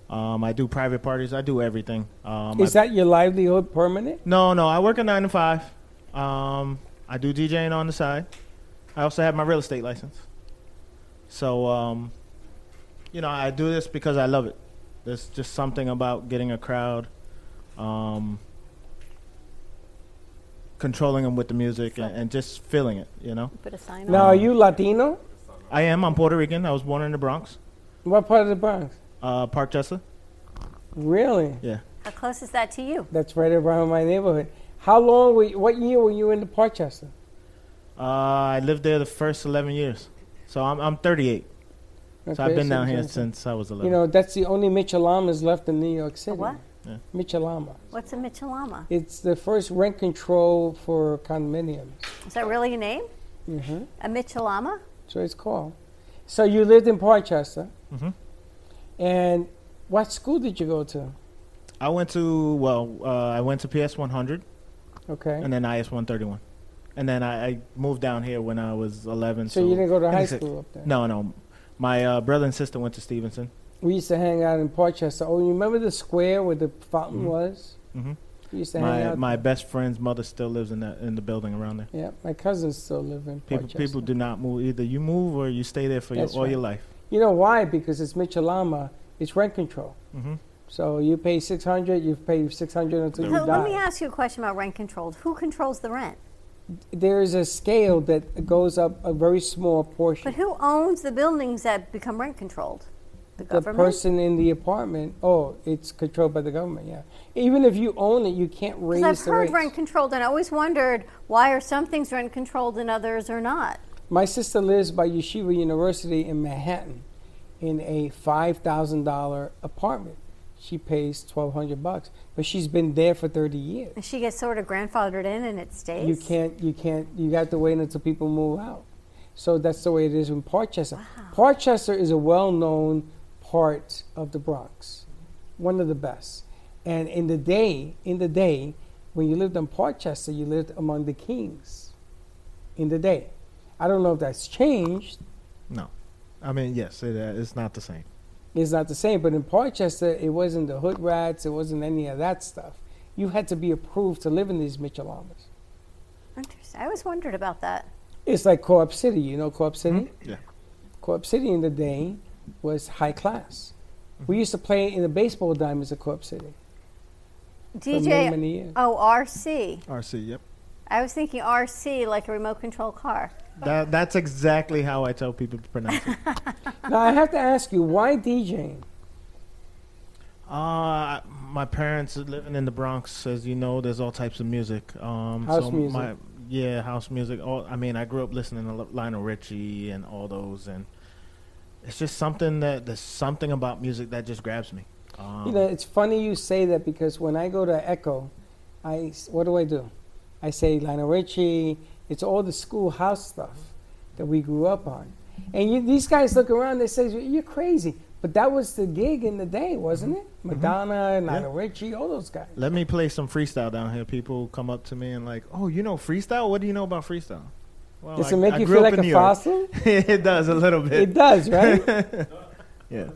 Um, I do private parties. I do everything. Um, is that your livelihood permanent? No, no. I work a nine to five. Um, I do DJing on the side. I also have my real estate license. So, um, you know, I do this because I love it. There's just something about getting a crowd, um, controlling them with the music, and, and just feeling it. You know. Put a sign Now, Um, are you Latino? I am. I'm Puerto Rican. I was born in the Bronx. What part of the Bronx? Uh, Park Chester. Really? Yeah. How close is that to you? That's right around my neighborhood. How long were you, what year were you in the Parkchester? Uh, I lived there the first 11 years. So I'm, I'm 38. so I've Okay, been so down you here can- since I was 11. You know, that's the only Michelamas left in New York City. what? Yeah. Michelama. What's a Michelama? It's the first rent control for condominiums. Is that really your name? Mm-hmm. A Michelama? So it's called. So you lived in Parkchester. Mhm. And what school did you go to? I went to, well, uh, I went to PS 100 Okay. and then IS 131. And then I, I moved down here when I was 11. So So, you didn't go to and high it's a- school up there? No, no. My uh, brother and sister went to Stevenson. We used to hang out in Parkchester. Oh, you remember the square where the fountain Mhm. was? hmm We used to hang My, out. my best friend's mother still lives in that in the building around there. yeah, my cousins still live in People Parkchester. people do not move. Either you move or you stay there for your, That's all your right. life. You know why? Because it's Michelama. It's rent control. Mm-hmm. So you pay six hundred. You pay six hundred until So you let me die. ask you a question about rent controlled. Who controls the rent? There is a scale that goes up a very small portion. But who owns the buildings that become rent controlled? The the government? person in the apartment. Oh, it's controlled by the government. Yeah. Even if you own it, you can't raise Because I've the heard rates. rent controlled and I always wondered why are some things rent controlled and others are not? My sister lives by Yeshiva University in Manhattan, in a five thousand dollar apartment. She pays twelve hundred bucks, but she's been there for thirty years. And she gets sort of grandfathered in and it stays. You can't, you can't, you have to wait until people move out. So that's the way it is in Parkchester. Parkchester is a well known part of the Bronx, one of the best. And in the day, in the day, when you lived in Parkchester, you lived among the kings. In the day. I don't know if that's changed. No. I mean, yes, it, uh, it's not the same. It's not the same, but in Parkchester, it wasn't the hood rats, it wasn't any of that stuff. You had to be approved to live in these Michelamas. Interesting. I always wondered about that. It's like Co-op City. You know Co-op City? Mm-hmm. Yeah. Co-op City in the day was high class. Mm-hmm. We used to play in the baseball diamonds at Co-op City. many, DJ many years. Oh, RC. RC, yep. I was thinking RC like a remote control car. That, that's exactly how I tell people to pronounce it. now I have to ask you, why DJing? Uh, my parents are living in the Bronx, as you know. There's all types of music. Um, House so music. My, yeah, house music. All, I mean, I grew up listening to L- Lionel Richie and all those, and it's just something that there's something about music that just grabs me. Um, You know, it's funny you say that because when I go to Echo, I s- what do I do? I say Lionel Richie. It's all the schoolhouse stuff that we grew up on, and you, these guys look around. They say you're crazy, but that was the gig in the day, wasn't it? Mm-hmm. Madonna and Lionel Richie, all those guys. let me play some freestyle down here. People come up to me and like, "Oh, you know freestyle? What do you know about freestyle?" Well, Does I- it make I you grew feel up like in a New York. fossil? it does a little bit. It does, right? yeah.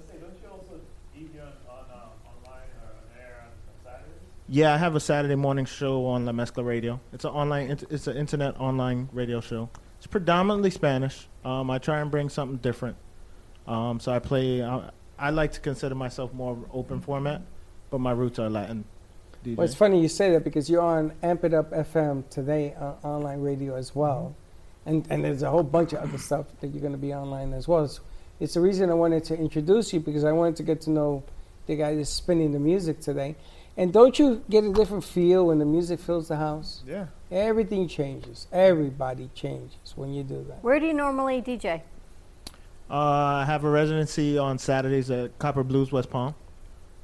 Yeah, I have a Saturday morning show on La Mezcla Radio. It's an online, int- it's an internet online radio show. It's predominantly Spanish. Um, I try and bring something different. Um, so I play. I, I like to consider myself more open format, but my roots are Latin. DJ. Well, it's funny you say that because you're on Amp It Up FM today on online radio as well. And, and there's a whole bunch of other stuff that you're going to be online as well. It's, it's the reason I wanted to introduce you because I wanted to get to know the guy that's spinning the music today. And don't you get a different feel when the music fills the house? Yeah. Everything changes. Everybody changes when you do that. Where do you normally DJ? Uh, I have a residency on Saturdays at Copper Blues West Palm.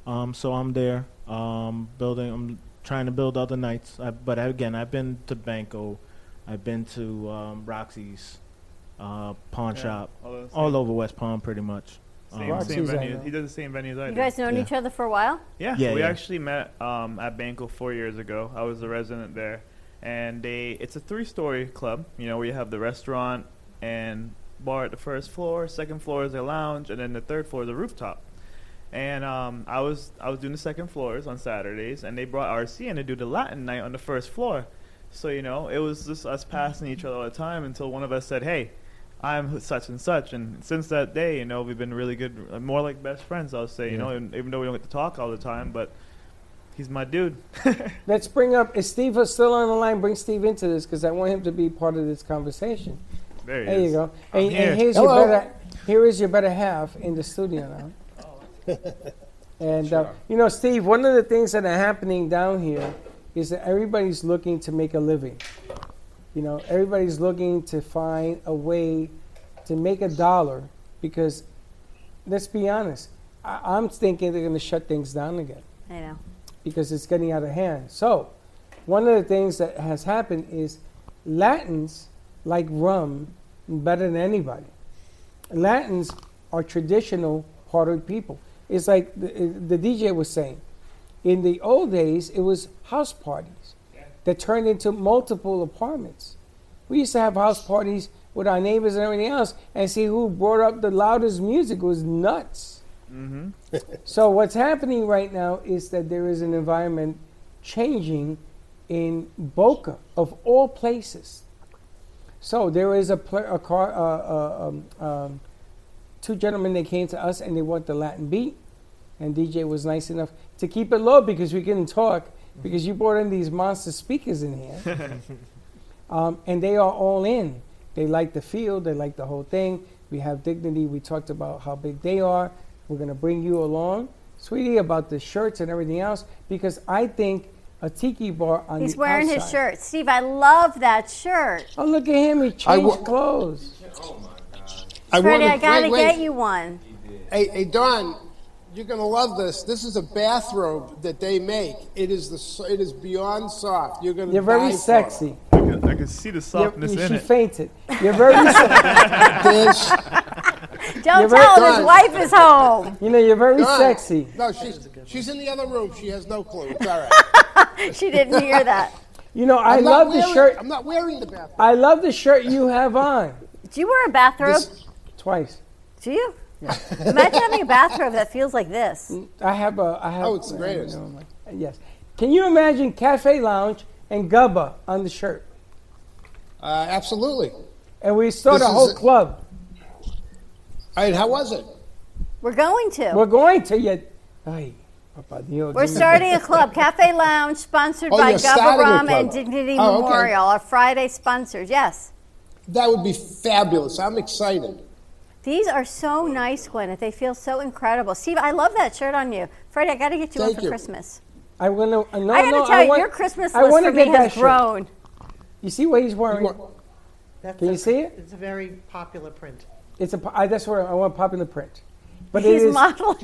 Um, so I'm there um, building. I'm trying to build other nights. I, but again, I've been to Banco, I've been to um, Roxy's uh, pawn Yeah, shop, all those all same- over West Palm, pretty much. Same, Um, same venue. He does the same venues I You do. guys known Yeah. each other for a while? Yeah, Yeah, we yeah. actually met um, at Banco four years ago. I was a resident there, and they it's a three story club. You know, where you have the restaurant and bar at the first floor, second floor is a lounge, and then the third floor is a rooftop. And um, I was I was doing the second floors on Saturdays, and they brought RC in to do the Latin night on the first floor. So you know, it was just us passing each other all the time until one of us said, "Hey, I'm such and such." And since that day, you know, we've been really good, uh, more like best friends. I'll say, Yeah. you know, and even though we don't get to talk all the time, but he's my dude. Let's bring up, is Steve still on the line? Bring Steve into this because I want him to be part of this conversation. There he There you is. go. I'm And, here. and here's Hello. your better, here is your better half in the studio now. and uh, you know, Steve, one of the things that are happening down here is that everybody's looking to make a living. You know, everybody's looking to find a way to make a dollar because, let's be honest, I, I'm thinking they're going to shut things down again I know. because it's getting out of hand. So, one of the things that has happened is Latins like rum better than anybody. Latins are traditional Puerto people. It's like the, the DJ was saying. In the old days, it was house parties that turned into multiple apartments. We used to have house parties with our neighbors and everything else, and see who brought up the loudest music It was nuts. Mm-hmm. So what's happening right now is that there is an environment changing in Boca, of all places. So there is a, pl- a car, uh, uh, um, um, two gentlemen that came to us and they want the Latin beat, and DJ was nice enough to keep it low because we couldn't talk because you brought in these monster speakers in here. Um, and they are all in. They like the field, they like the whole thing. We have dignity. We talked about how big they are. We're going to bring you along, sweetie, about the shirts and everything else because I think a tiki bar on He's the wearing his outside- shirt. Steve, I love that shirt. Oh, look at him. He changed I wa- clothes. Oh, I Freddie, wanna- I gotta wait, wait. get you one. Hey, hey, Don, you're gonna love this. This is a bathrobe that they make. It is the so- it is beyond soft. You're gonna. You're very die for it. sexy. I can, I can see the You're- softness you- in she it. fainted. You're very sexy. Don't You're very- tell him his wife is home. You know, you're very Don. sexy. No, she's she's in the other room. She has no clue. It's all right. she didn't hear that. You know, I I'm not love the wearing- shirt. I'm not wearing the bathrobe. I love the shirt you have on. Do you wear a bathrobe? Twice. Do you? Imagine having a bathrobe that feels like this. I have a. I have. Oh, it's the I have greatest. another one. Yes. Can you imagine Cafe Lounge and Gubba on the shirt? Uh, absolutely. And we start This a whole is- club. All right, how was it? We're going to. We're going to yet. Ay, Papa Dios, We're give me- starting a club, Cafe Lounge, sponsored Oh, by you're starting a Gubba Rum club. and Dignity Oh, okay. Memorial, our Friday sponsors. Yes. That would be fabulous. I'm excited. These are so nice, Gwyneth. They feel so incredible. Steve, I love that shirt on you. Freddie, I got to get you one Thank for you. Christmas. I want to. No, I gotta no, tell you, want- your Christmas I list wanna for me get that has shirt. grown. You see what he's wearing? That's Can a- you see it? It's a very popular print. It's a. po- I, that's where I want popular print. But He's it is, modeling.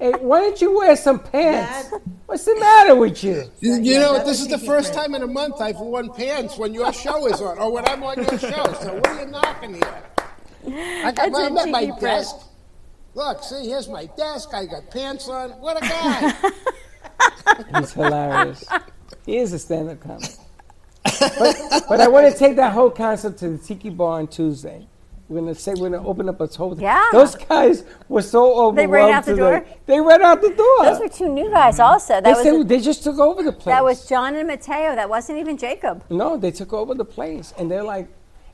hey, why don't you wear some pants? What's the matter with you? You you know, this is the first time in a month I've worn pants when your show is on, or when I'm on your show. So what are you knocking here? I got That's my, a I'm at my cheeky print. desk. Look, see, here's my desk. I got pants on. What a guy! He's hilarious. He is a stand-up comic. But, but I want to take that whole concept to the Tiki Bar on Tuesday. We're gonna say we're gonna open up a whole. Yeah. Those guys were so overwhelmed. They ran out the today. door? They ran out the door. Those were two new guys, also. That Mm-hmm. they was said they just took over the place. that was John and Mateo. That wasn't even Jacob. No, they took over the place, and they're like,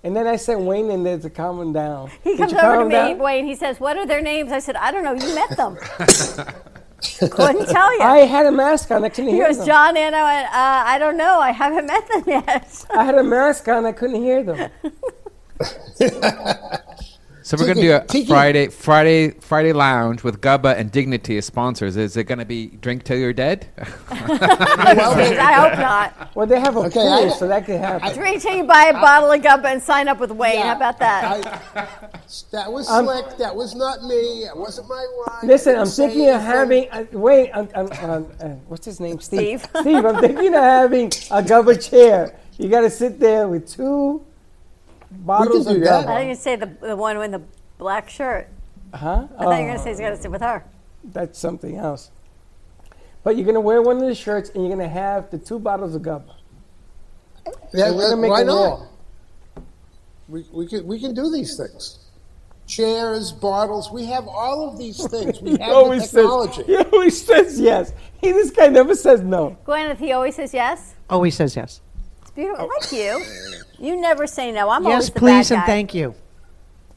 and then I sent Wayne in there to calm him down. He Did comes you over to calm me, down? Wayne. He says, "What are their names?" I said, "I don't know. You met them." Couldn't tell you. I had a mask on. I couldn't He hear goes, them. "John and I went, uh, I don't know. I haven't met them yet." I had a mask on. I couldn't hear them. So we're gonna do a Friday, Friday, Friday lounge with Gubba and Dignity as sponsors. Is it gonna be drink till you're dead? I hope not. Well, they have a Okay, pool, I- so that could happen. Three till you buy a bottle of gumbo and sign up with Wayne. How about that? That was I'm- slick. That was not me. It wasn't my wine. Listen, I I'm didn't say thinking of anything. having. Uh, wait, I'm, I'm, um, uh, what's his name? Steve. Steve. I'm thinking of having a gubba chair. You got to sit there with two bottles of I thought you were gubba. gonna say the, the one in the black shirt. Huh? I thought you were Oh. gonna say he's gotta sit with her. That's something else. But you're gonna wear one of the shirts, and you're gonna have the two bottles of gubba. Yeah, And we're gonna uh, make why a not? wall. We, we, can, we can do these things. Chairs, bottles. We have all of these things. We He have the technology. says. He always says yes. He this guy never says no. Gwyneth, he always says yes. Always says yes. beautiful. Like you. You never say no. I'm yes, always the please bad and guy. thank you.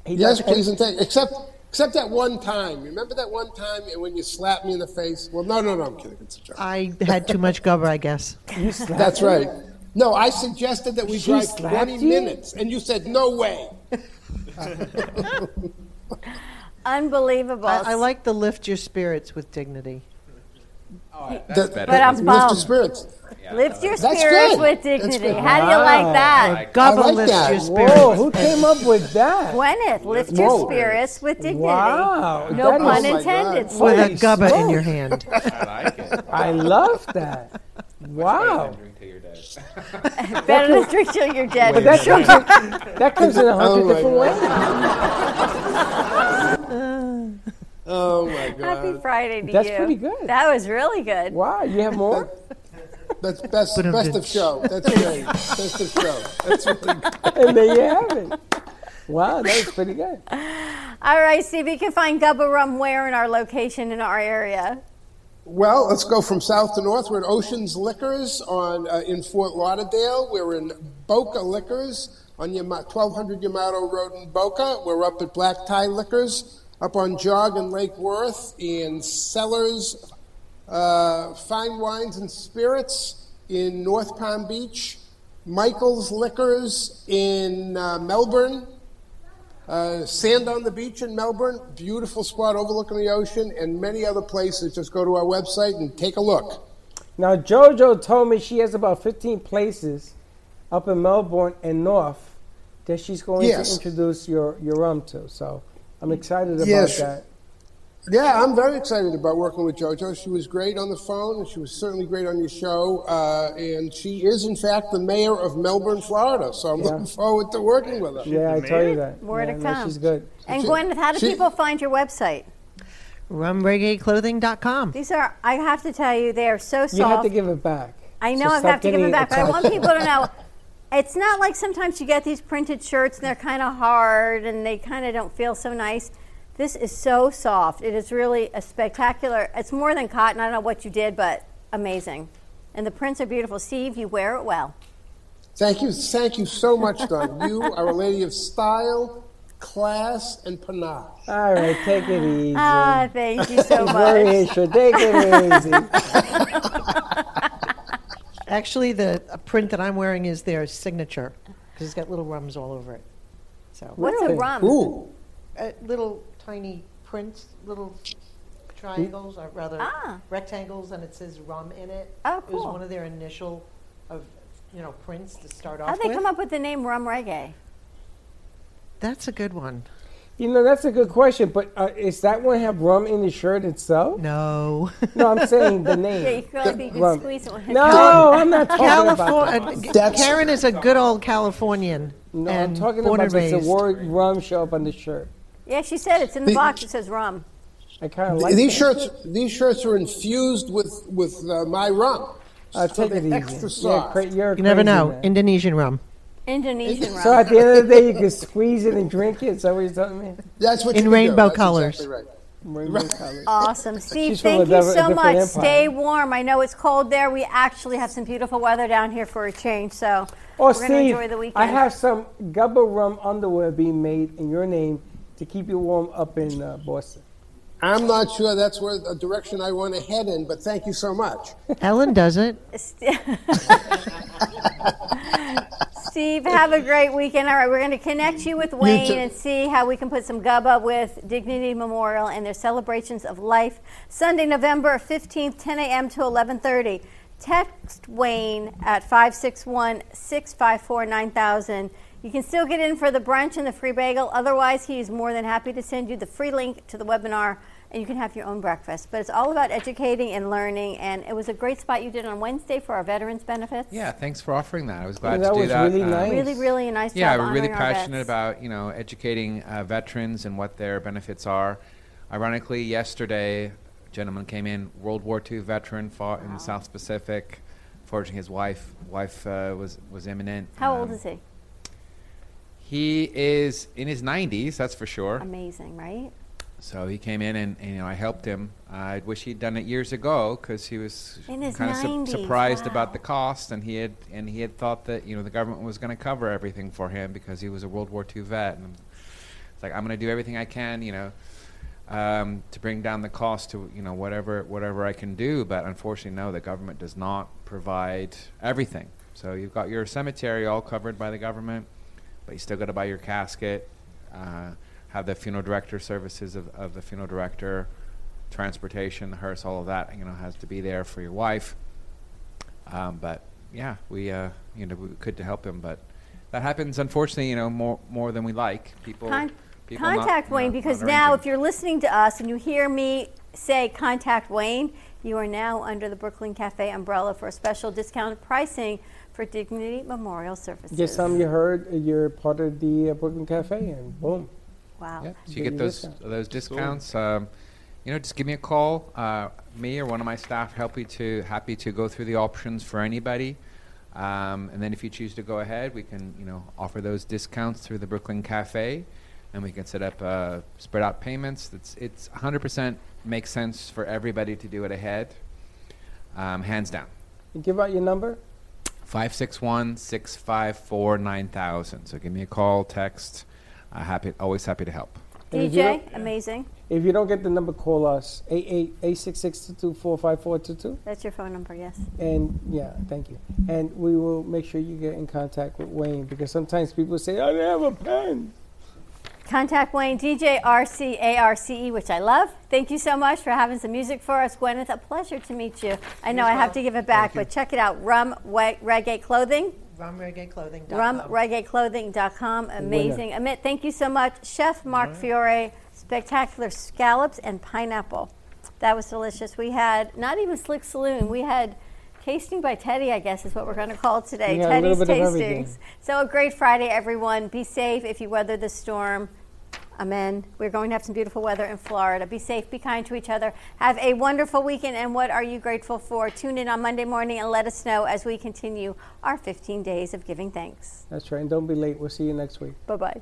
yes, please and thank. Except, except that one time. Remember that one time when you slapped me in the face? Well, no, no, no. I'm kidding. It's a joke. I had too much gubber, I guess. You That's right. No, I suggested that we She drive slapped 20 you? minutes, and you said no way. Unbelievable. I, I like to lift your spirits with dignity. That- better. but I'm bummed. spirits. Lift your That's spirits good. with That's dignity. good. How do you like Wow. that? Gobble I like lifts that. your Ah. Whoa, spirits. who came up with that? Gwyneth, lift your Whoa. Oh spirits with dignity. Wow, No that pun is- intended. With a Holy gubba in your smokes. hand. I like it. I love that. Wow. Drink till you're dead. Better to drink till you're dead. But that Sure. comes in, that comes in a hundred Oh my different ways. Oh my God. Happy Friday to That's you. pretty good. That was really good. Wow, you have more? That's best, But I'm best good. of show. That's great. best of show. That's really good. And there you have it. Wow, that was pretty good. All right, Steve, you can find Gubba Rum where in our location in our area. Well, let's go from south to north. We're at Ocean's Liquors on uh, in Fort Lauderdale. We're in Boca Liquors on Yama- 1200 Yamato Road in Boca. We're up at Black Tie Liquors up on Jog and Lake Worth in Cellars uh, Fine Wines and Spirits in North Palm Beach. Michael's Liquors in uh, Melbourne. Uh, sand on the beach in Melbourne, beautiful spot overlooking the ocean, and many other places. Just go to our website and take a look. Now JoJo told me she has about fifteen places up in Melbourne and North that she's going Yes. to introduce your, your rum to. So I'm excited about Yes. that. Yeah, I'm very excited about working with JoJo. She was great on the phone, and she was certainly great on your show. Uh, and she is, in fact, the mayor of Melbourne, Florida. So I'm looking forward to working with her. Yeah, I told you that. More yeah, to no, come. she's good. And She- Gwyneth, how do she- people find your website? RumReggaeClothing.com. These are, I have to tell you, they are so soft. You have to give it back. I know So I stop have to give getting them back, but I want attached. people to know it's not like sometimes you get these printed shirts and they're kind of hard and they kind of don't feel so nice. This is so soft. It is really a spectacular. It's more than cotton. I don't know what you did, but amazing. And the prints are beautiful. Steve, you wear it well. Thank you, thank you so much, Don. You are a lady of style, class, and panache. All right, take it easy. Ah, thank you so much. Variation, take it easy. Actually, the uh, print that I'm wearing is their signature because it's got little rums all over it. So What's a Really? rum? Ooh, Uh, little tiny prints, little triangles, or rather Ah. rectangles, and it says rum in it. Oh, It was cool. one of their initial of you know prints to start How'd off they with. come up with the name rum reggae? That's a good one. You know, that's a good question, but uh, is that one have rum in the shirt itself? No. No, I'm saying the Yeah, you name. feel like you Rum. could squeeze it. with- No, I'm not talking about that. California. That's- uh, Karen is a good old Californian. No, and I'm talking born about and does the raised. word rum show up on the shirt. Yeah, she said it's in the The- box. It says rum. I kind of like these that. shirts, these shirts are infused with with uh, my rum. Uh, take they're it easy. extra You're soft. cra- you're You never crazy, know. man. Indonesian rum. Indonesian rum. So at the end of the day, you can squeeze it and drink it. Is that what you're telling me? That's what In you do. rainbow That's colours. Exactly right. Rainbow colors. Awesome. Steve, She's from a thank you different- so different much. empire. Stay warm. I know it's cold there. We actually have some beautiful weather down here for a change, so Oh, we're going to Steve, enjoy the weekend. I have some Gubba Rum underwear being made in your name to keep you warm up in uh, Boston. I'm not sure that's where the direction I want to head in, but thank you so much. Ellen does it. St- Steve, have a great weekend. All right, we're going to connect you with Wayne too. and see how we can put some gubba with Dignity Memorial and their celebrations of life. Sunday, November 15th, 10 a.m. to 11:30. Text Wayne at 561-654-9000. You can still get in for the brunch and the free bagel. Otherwise, he is more than happy to send you the free link to the webinar and you can have your own breakfast. But it's all about educating and learning. And it was a great spot you did on Wednesday for our veterans benefits. Yeah, thanks for offering that. I was glad that to do was that. really Um, nice. Really, really a nice yeah, job. we're really honoring our passionate vets. about you know educating uh, veterans and what their benefits are. Ironically, yesterday, a gentleman came in, World War II veteran, fought in the South Pacific. Fortunately, his wife wife uh, was was imminent. How Um, old is he? He is in his 90s, that's for sure. Amazing, right? So he came in and, and, you know I helped him. I wish he'd done it years ago because he was In his kind of 90s, surprised wow. about the cost, and he had and he had thought that you know the government was going to cover everything for him because he was a World War II vet, and it's like I'm going to do everything I can, you know, um, to bring down the cost to you know whatever whatever I can do. But unfortunately, no, the government does not provide everything. So you've got your cemetery all covered by the government, but you still got to buy your casket, uh, have the funeral director services of, of the funeral director, transportation, the hearse, all of that. You know has to be there for your wife. Um, but yeah, we uh, you know we could to help him, but that happens unfortunately. You know more more than we like. People, Con- people not- contact Wayne not- because not now, arranging. if you're listening to us and you hear me say contact Wayne, you are now under the Brooklyn Cafe umbrella for a special discounted pricing for Dignity Memorial Services. Just tell them you heard uh, you're part of the uh, Brooklyn Cafe, and boom. Wow. So you get those those discounts. Um, you know, just give me a call. Uh, me or one of my staff help you to happy to go through the options for anybody. Um, and then if you choose to go ahead, we can you know offer those discounts through the Brooklyn Cafe, and we can set up uh, spread out payments. That's it's 100% makes sense for everybody to do it ahead, um, hands down. You give out your number. 561 654 9000. So give me a call, text. Uh, happy, always happy to help. And if you DJ, don't- amazing. If you don't get the number, call us 888-866-224-5422. That's your phone number, yes. And yeah, thank you. And we will make sure you get in contact with Wayne because sometimes people say, I don't have a pen. Contact Wayne, DJ RCARCE, E, which I love. Thank you so much for having some music for us, Gwyneth. A pleasure to meet you. I know as I have well. to give it back, but check it out. Rum Wa- Reggae Clothing. RumReggaeClothing.com. RumReggaeClothing.com. Amazing. Amit, thank you so much. Chef Mark Fiore, spectacular scallops and pineapple. That was delicious. We had not even Slick Saloon. We had Tasting by Teddy, I guess is what we're going to call it today. We had a Teddy's little bit of everything. Tastings. So a great Friday, everyone. Be safe if you weather the storm. Amen. We're going to have some beautiful weather in Florida. Be safe, be kind to each other. Have a wonderful weekend, and what are you grateful for? Tune in on Monday morning and let us know as we continue our 15 days of giving thanks. That's right. And don't be late. We'll see you next week. Bye bye.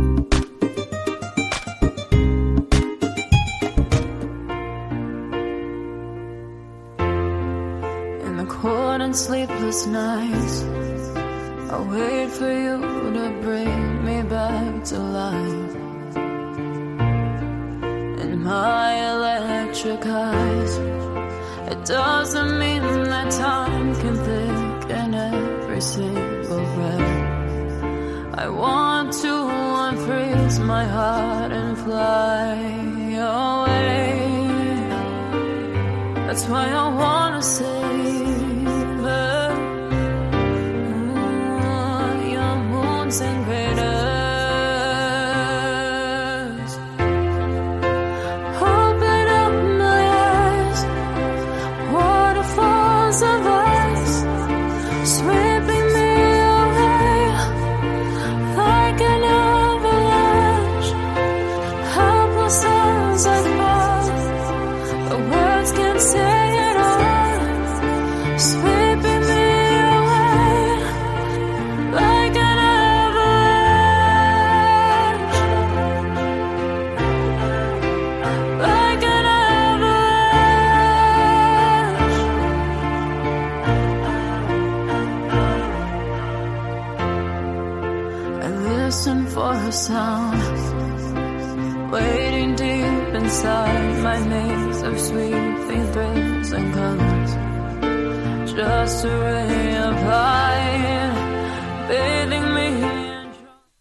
In the cold and sleepless nights, I wait for you to bring me back to life. In my electric eyes, it doesn't mean that time can thicken every single breath. I want to unfreeze my heart and fly away. That's why I wanna savor Ooh, your moons and craters. Open up my eyes, waterfalls of ice, sweeping me away like an avalanche. Helpless as I fall. The words can't say it all, sweeping me away like an avalanche, like an avalanche. I listen for a sound waiting deep inside my maze of sweeping thrills and colors. Just a ray